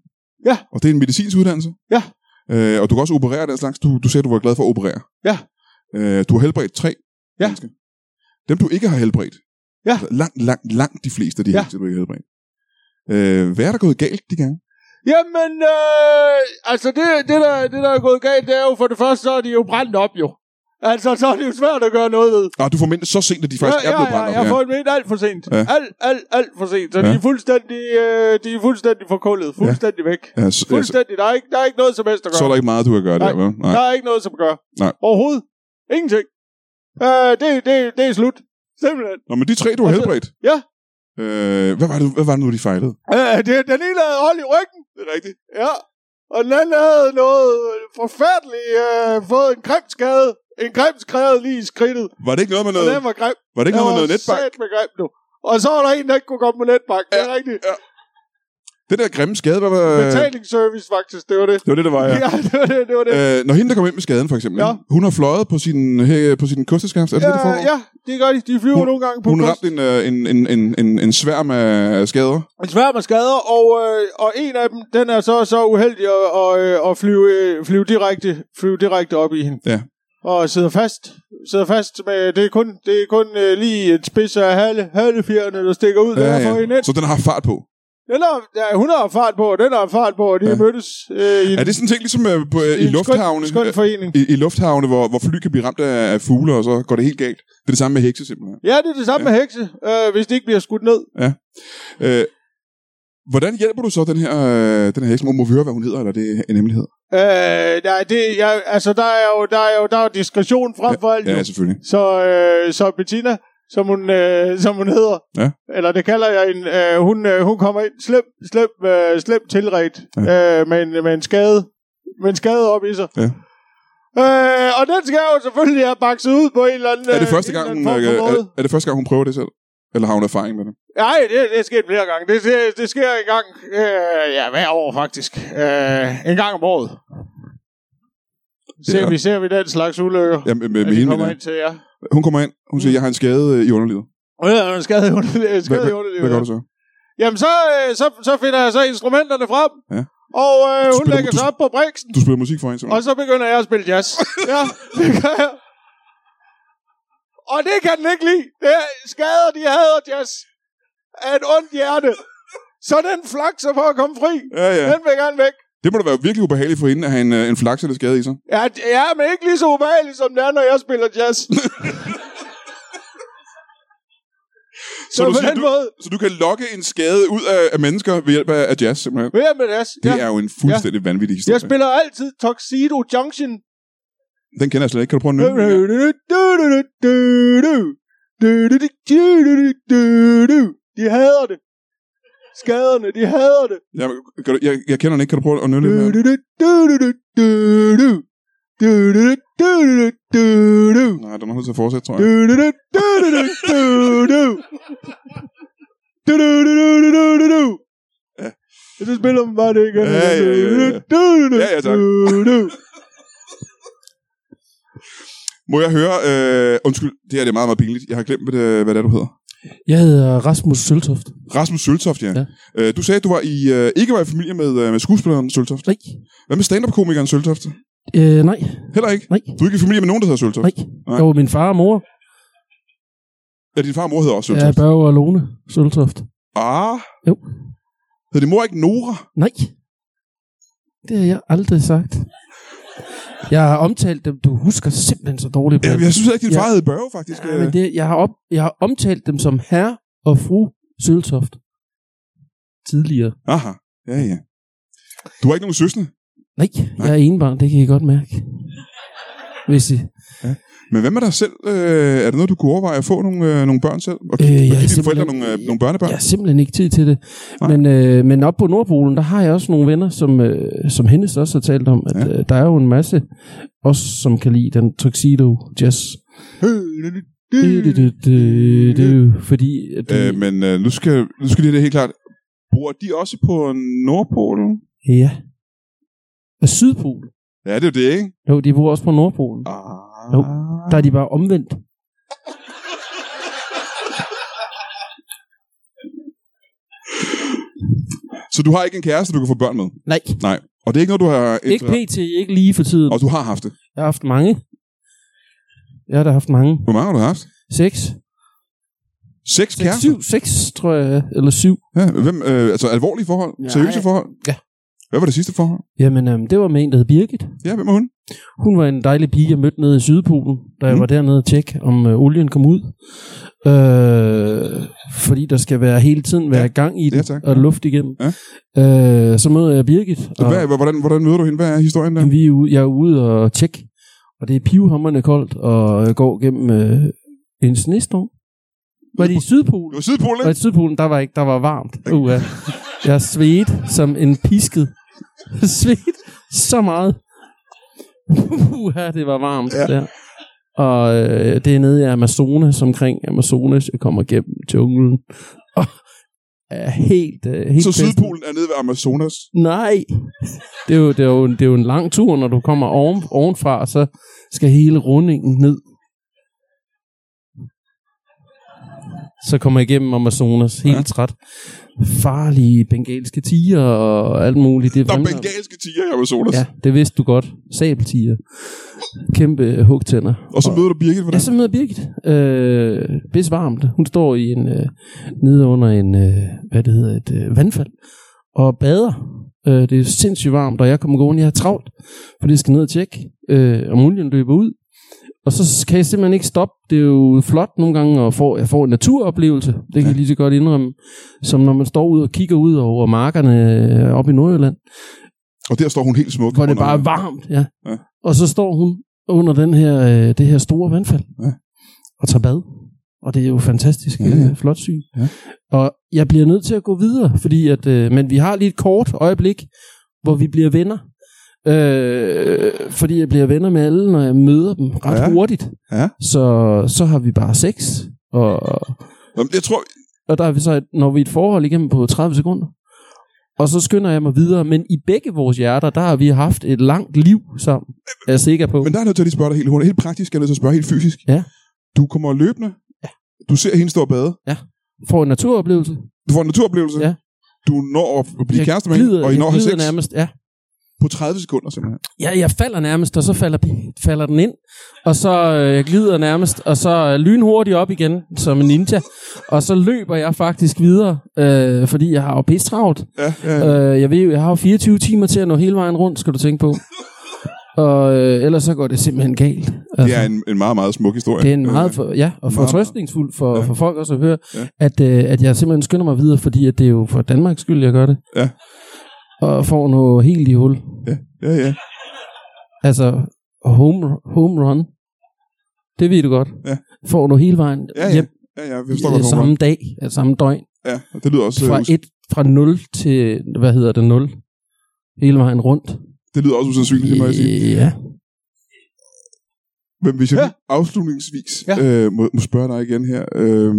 Ja.
Og det er en medicinsk uddannelse.
Ja.
Øh, og du kan også operere og den slags. Du, du sagde, du var glad for at operere.
Ja.
Øh, du har helbredt tre
Ja.
mennesker. Dem, du ikke har helbredt.
Ja.
Altså, Langt, langt, langt de fleste af de
Ja.
ja. du ikke har helbredt. Øh, hvad er der gået galt de gange?
Jamen, øh, altså det, det, der, det, der er gået galt, det er jo for det første, så er de jo brændt op jo. Altså, så er det jo svært at gøre noget ved.
Ah, du formentede så sent, at de faktisk
ja,
er
ja,
blevet brændt
ja,
op.
jeg får dem ind alt for sent.
Ja.
Ja. Alt, alt, alt for sent. Så
Ja.
ja. de er fuldstændig, øh, de er fuldstændig forkullet. Fuldstændig ja. væk.
ja, så, ja, så,
Fuldstændig. Der er, ikke, der er ikke noget som helst at gøre.
så er der ikke meget, du kan gøre der, vel? Nej.
Der er ikke noget som gør.
Nej.
Overhovedet. Ingenting. Øh, det, det, det er slut. Simpelthen.
Nå, men de tre, du har
Altså,
helbredt.
ja.
Øh, hvad, var det, hvad var det nu, de fejlede?
Øh, det, den ene havde hold i ryggen.
Det er rigtigt.
Ja. Og den anden havde noget forfærdeligt øh, fået en krimskade. En krimskade lige i skridtet.
Var det ikke noget med
Og
noget,
den var grim.
var det ikke
Den
noget, med
var
noget netbank?
satme grim nu. Og så var der en, der ikke kunne komme på netbank. Det er rigtigt.
Det der grimme skade, hvad var...
Betalingsservice faktisk, det var det.
Det var det, der var, Øh, ja.
Ja, det var det, det var det.
Øh, når hende, der kom ind med skaden, for eksempel,
Ja.
ja. hun har fløjet på sin, her, på sin kosteskaft. Er det ja, det, der
ja,
foregår?
Øh, ja, det gør de. De flyver
Hun-
nogle gange på
Hun
kost.
ramte en, øh, en, en, en, en, en sværm af skader.
En svær med skader, og, øh, og en af dem, den er så, så uheldig at, og, øh, at flyve, øh, flyve, direkte, flyve direkte op i hende.
Ja.
Og sidder fast. Sidder fast med, det er kun, det er kun øh, lige et spids af hale, halefjerne, der stikker ud ja, der ja. for hende. ind.
Så den har fart på.
Den har, ja, hun har fart på, og den har fart på, og de
Ja.
ja. mødtes øh, i,
Er det sådan en ting, ligesom øh, på, øh, i,
en
lufthavne?
Skøn, skøn
øh,
forening.
I, I lufthavne, hvor, hvor fly kan blive ramt af, af fugle, og så går det helt galt. Det er det samme med hekse, simpelthen.
Ja, det er det samme ja. med hekse, øh, hvis de ikke bliver skudt ned.
Øh, hvordan hjælper du så den her, øh, den her hekse? Må, må vi høre, hvad hun hedder, eller er det en hemmelighed?
Øh, nej, det, ja, altså, der er jo, der er jo, der er jo diskretion frem for alt.
Ja,
jo.
selvfølgelig.
Så, øh, så Bettina, som hun, øh, som hun hedder,
Ja.
eller det kalder jeg en, øh, hun, øh, hun kommer ind slem, slem, øh, slem tilret ja. øh, med, en, med, en skade, med en skade op i sig.
Ja.
Øh, og den skal jo selvfølgelig have bakset ud på en eller anden
Er det
øh,
første
en
gang, hun,
eller anden form
øh,
for
er,
måde.
er det første gang, hun prøver det selv? Eller har hun erfaring med det?
Nej, det, det er sket flere gange. Det, det, det sker en gang, øh, ja, hver år faktisk. Øh, en gang om året. Ser,
Ja.
vi, ser vi den slags ulykker,
Ja, med, med,
at
med
de
hende,
Altså, kommer
mener jeg.
ind Mm. til jer.
Hun kommer ind, hun siger, jeg har en skade øh, i underlivet.
Og der er en skade i underlivet.
Hvad-
Skade i underlivet.
Hvad gør du så?
Jamen, så, øh, så, så finder jeg så instrumenterne frem,
Ja.
og øh, hun
spiller-
lægger
du-
sig op på briksen,
Du spiller musik for hende, simpelthen.
Mm. og så begynder jeg at spille jazz. ja, det gør jeg. Og det kan den ikke lide. Det er skader, de hader jazz. Af et ondt hjerte. Så den flakser for at komme fri.
Ja, ja.
Den vil gerne væk.
Det må da være virkelig ubehageligt for hende, at have en, øh, en flaks eller skade i sig.
Ja, d- ja, men ikke lige så ubehageligt, som det er, når jeg spiller jazz.
Så,
Så
du,
på
siger,
den
du,
måde,
så du kan lokke en skade ud af, af mennesker ved hjælp af, af jazz, simpelthen.
ved jeg med jazz.
Det
ja.
er jo en fuldstændig vanvittig historie.
Jeg spiller altid Tuxedo Junction.
Den kender jeg slet ikke. Kan du prøve at
Øh,
nynne?
De hader det. Skaderne, de hader det.
Jeg, kan du, jeg, jeg kender den ikke. Kan du prøve at nynne lidt mere? Nej, den er nødt til at fortsætte, tror
Øh.
jeg.
Ja. Så spiller man bare det igen.
Ja, ja, ja, ja. Ja, ja, tak. Må jeg høre... Øh, undskyld, det her det er meget, meget pinligt. Jeg har glemt, hvad det, hvad det er, du hedder.
Jeg hedder Rasmus Søltoft.
Rasmus Søltoft, ja. ja.
Ja.
Øh, du sagde, at du var i, øh, ikke var i familie med, øh, med skuespilleren Søltoft.
Nej.
Hvad med stand-up-komikeren Søltoft?
Øh, nej,
Heller ikke.
nej,
Du er ikke i familie med nogen, der hedder Søltoft?
nej.
Nej.
Det var min far og mor.
Ja, din far og mor hedder også
Ja,
Søltoft. Ja,
Børge og Lone Søltoft.
ah.
Jo.
Hed din mor ikke Nora?
Nej. Det har jeg aldrig sagt. Jeg har omtalt dem. Du husker simpelthen så dårligt.
Ja,
Brian.
jeg synes ikke, din
Ja.
far hed Børge, faktisk.
Ja, men det, jeg, har op, jeg har omtalt dem som herre og fru Søltoft. Tidligere.
Øh, Aha. Ja, ja. Du har ikke nogen søskende.
Nej, jeg er enebarn, det kan I godt mærke. Hvis I,
Men hvad med dig selv? Øh, er det noget, du kunne overveje at få nogle, øh, nogle børn selv? Og
Øh,
give,
jeg
øh,
er
give dine
simpelthen-
forældre nogle, øh, nogle børnebørn?
jeg har simpelthen ikke tid til det.
Nej.
Men, øh, men op på Nordpolen, der har jeg også nogle venner, som, øh, som Hennes også har talt om, at
Ja.
ja. øh, der er jo en masse, også som kan lide den tuxedo jazz. Du-du-du-du-du, Fordi at de,
Øh, men øh, nu, skal, nu skal det have det helt klart. Bor de også på Nordpolen?
ja. Og Sydpolen.
Ja, det er jo det, ikke?
Jo, de bor også på Nordpolen.
Ah.
Jo. Der er de bare omvendt.
Så du har ikke en kæreste, du kan få børn med?
Nej,
Nej. Og det er ikke noget, du har...
ikke pt. Ikke lige for tiden.
Og du har haft det.
Jeg har haft mange. Jeg har da haft mange.
Hvor mange har du haft?
Seks.
Seks
Seks,
kærester?
syv, seks, tror jeg. Eller syv.
Ja, hvem, øh, altså alvorlige forhold?
Nej.
Seriøse forhold?
Ja.
Hvad var det sidste forhold?
Jamen, øhm, det var med en, der hed Birgit.
Ja, hvem er hun?
Hun var en dejlig pige, jeg mødte nede i Sydpolen, da jeg
Mm.
var dernede og tjekke, om øh, olien kom ud. Øh, fordi der skal være hele tiden være
Ja.
gang i
Ja,
det
tak.
og luft igennem.
Ja.
Øh, så møder jeg Birgit, og
Hvad, hvordan, hvordan møder du hende? Hvad er historien der?
jamen, vi er ude, jeg er ude og tjekke. Og det er pivhammerne koldt, og jeg går gennem øh, en snestorm. Var det i Sydpolen?
Du var Sydpolen,
Og i
ikke?
Sydpolen, der var ikke, der var varmt. Uh, jeg svedte som en pisket. Svedt så meget. Uh, det var varmt
Ja.
ja. der. Og øh, det er nede i Amazonas, omkring Amazonas. Jeg kommer gennem junglen. Og er helt, øh, helt
Så
festet.
Sydpolen er nede ved Amazonas.
Nej. Det er, jo, det, er jo, en- det er jo en lang tur, når du kommer oven, ovenfra, og så skal hele rundingen ned. Så kommer jeg igennem Amazonas, helt
Ja.
ja. træt. Farlige bengalske tiger og alt muligt. Det er
Der er
fandme-
bengalske tiger i Amazonas.
Ja, det vidste du godt. Sabeltiger. Kæmpe hugtænder.
Og så møder du Birgit,
Ja,
hvordan?
så møder Birgit. Øh, Bes varmt. Hun står i en, øh, nede under en, øh, hvad det hedder, et øh, vandfald og bader. Øh, det er sindssygt varmt, og jeg kommer gående, jeg har travlt, fordi jeg skal ned og tjekke, øh, om olien løber ud. Og så kan jeg simpelthen ikke stoppe. Det er jo flot nogle gange, og får, jeg får en naturoplevelse, det kan ja. jeg lige så godt indrømme, som når man står ud og kigger ud over markerne øh, op i Nordjylland
Og der står hun helt smuk.
hvor det
under-
bare er varmt, ja.
Ja.
ja. Og så står hun under den her, øh, det her store vandfald
Ja.
ja. og tager bad. Og det er jo fantastisk
Ja,
ja,
ja.
ja. flot syn.
Ja.
Og jeg bliver nødt til at gå videre, fordi at, øh, men vi har lige et kort øjeblik, hvor vi bliver venner. Øh, fordi jeg bliver venner med alle, når jeg møder dem ret
Ja.
ja. hurtigt.
Ja.
Så, så har vi bare sex. Og,
Jamen, jeg tror...
og der er vi så, et, når vi er et forhold igennem på 30 sekunder. Og så skynder jeg mig videre, men i begge vores hjerter, der har vi haft et langt liv sammen, er jeg sikker på.
Men der er jeg nødt til at lige spørge dig helt hurtigt. Helt praktisk er jeg nødt til at spørge helt fysisk.
Ja.
Du kommer løbende.
Ja.
Du ser hende stå og bade.
Får en naturoplevelse.
Du får en naturoplevelse.
Ja.
Du når at blive
Jeg
kæreste med hende, og I
jeg
når at have
glider
sex
nærmest, ja.
på 30 sekunder simpelthen.
ja. jeg falder nærmest, og så falder, falder den ind. Og så øh, jeg glider nærmest, og så øh, lynhurtigt op igen, som en ninja. Og så løber jeg faktisk videre, øh, fordi jeg har jo pisse travlt.
Ja, ja, ja.
Øh, jeg ved jo, jeg har jo 24 timer til at nå hele vejen rundt, skal du tænke på. Og øh, ellers så går det simpelthen galt. Altså,
Det er en, en meget, meget smuk historie.
det er en
Øh,
meget for, ja,
meget-
og fortrøstningsfuld for,
Ja.
for folk også at høre,
Ja.
ja. at, øh, at jeg simpelthen skynder mig videre, fordi at det er jo for Danmarks skyld, jeg gør det.
Ja.
Og får noget helt i hul.
Ja, ja.
Altså, home, home run. Det ved du godt.
Ja.
Får du hele vejen
Ja, ja.
hjem
Ja, ja, vi forstår godt,
øh,
hvorfor.
samme dag, øh, samme døgn.
Ja, og det lyder også, øh,
Fra,
us-
et, fra 0 til, hvad hedder det, 0. Hele vejen rundt.
det lyder også usandsynligt, det må jeg sige.
Ja.
Men hvis jeg
Ja.
ja. afslutningsvis
Ja.
ja. Øh, må, må spørge dig igen her. Øh, øh,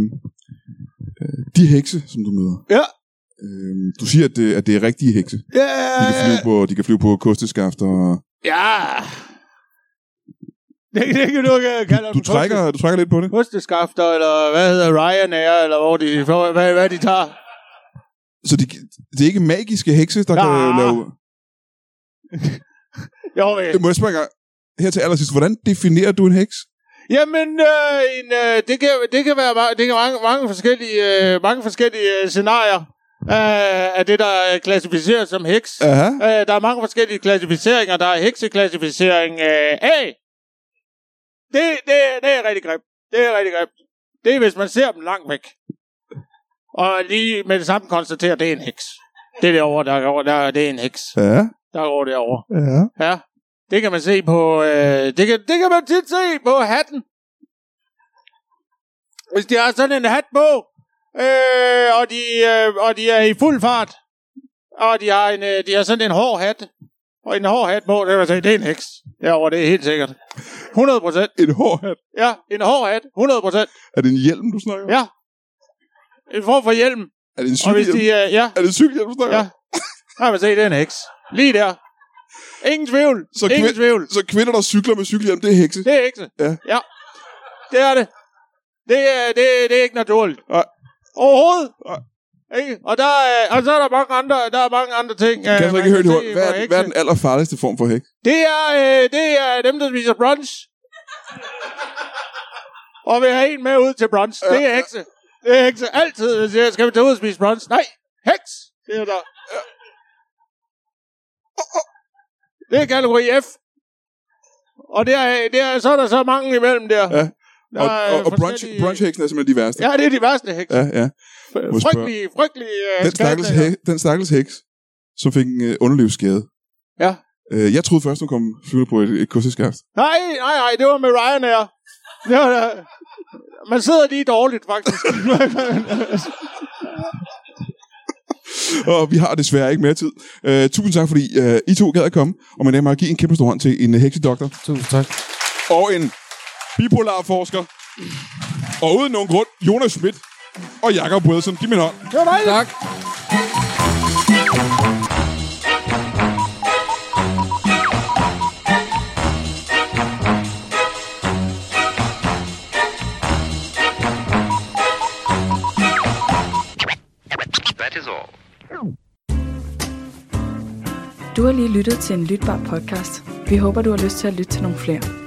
de hekse, som du møder.
Ja.
Øh, du siger, at det, at det er rigtige hekse.
Ja,
De kan flyve på, de kan flyve på kosteskafter. og-
ja. Det, det kan du ikke kalde
Du, du, trækker, du trækker lidt på det.
Hosteskafter, eller hvad hedder Ryanair, eller hvor de, hvor- hvad, hvad de tager.
Så de, det er ikke magiske hekse, der kan
Ah.
lave...
Jo, øh.
Øh, Må jeg spørge en gang? her til allersidst, hvordan definerer du en heks?
Jamen, øh, en, øh, det, kan, det kan være ma- det kan mange, mange forskellige, øh, mange forskellige øh, scenarier øh, af det, der øh, klassificeres som heks.
Aha.
Øh, der er mange forskellige klassificeringer. Der er hekseklassificering øh, A. Det, det, det er rigtig grimt. Det er rigtig grimt. Det er, hvis man ser dem langt væk. Og lige med det samme konstaterer, at det er en heks. Det er derovre, der, er over, der, det er en heks.
Ja,
Der går derovre.
ja.
Ja, det kan man se på... Øh, det, kan, det kan man tit se på hatten. Hvis de har sådan en hat på, øh, og, de, øh, og de er i fuld fart, og de har, en, øh, de har sådan en hård hat, og en hård hat på, det kan man se, det er en heks. Derovre, det er helt sikkert. 100 procent.
En hård hat.
Ja, en hård hat. 100 procent.
Er det en hjelm, du snakker om?
Ja. En form for hjelm.
Er det en
Og hvis de...
cykelhjelm?
Øh, ja,
Er det en cykelhjelm, du snakker
ja.
om?
Der kan man se, det er en heks. Lige der. Ingen tvivl.
Så
Ingen
kvind-
tvivl.
Så kvinder, der cykler med cykelhjelm, det er hekse.
Det er hekse.
Ja.
ja. Det er det. Det er, det, er- det er ikke naturligt.
Nej.
Overhovedet.
Nej.
Ikke? Og, der er, og så er der mange andre, der er mange andre ting. øh,
Kan jeg så ikke høre det ord? Hvad er,
det,
hvad er den allerfarligste form for hæk?
det, er, øh, det er dem, der spiser brunch. og vil have en med ud til brunch. Det er hekse. Det er hekse. Altid, hvis jeg skal vi tage ud og spise brunch. Nej, heks. Det er der. Det er kategori F. Og det er, det er, så er der så mange imellem der.
Ja.
Der
Og,
er
og, og brunch,
forskellige-
brunchheksen er simpelthen de værste.
Ja, det er de værste heks.
ja. ja. jeg spørge?
Frygtelige, frygtelige uh,
Den stakkels,
heks.
heks, den stakkels heks, som fik en øh, underlivsskade.
Ja.
Øh, jeg troede først, hun kom flyvende på et, et kosseskaft.
Nej, nej, nej, det var med Ryanair. Det var, da- man sidder lige dårligt, faktisk.
Og vi har desværre ikke mere tid. Øh, tusind tak, fordi øh, I to gad at komme. Og med damer, giv en kæmpe stor hånd til en øh, heksedoktor.
Tusind tak.
Og en bipolar forsker. Og uden nogen grund, Jonas Schmidt og Jakob Wilson. Giv mig en hånd.
det var dejligt.
Tak.
That is all.
Du har lige lyttet til en lytbar podcast. Vi håber, du har lyst til at lytte til nogle flere.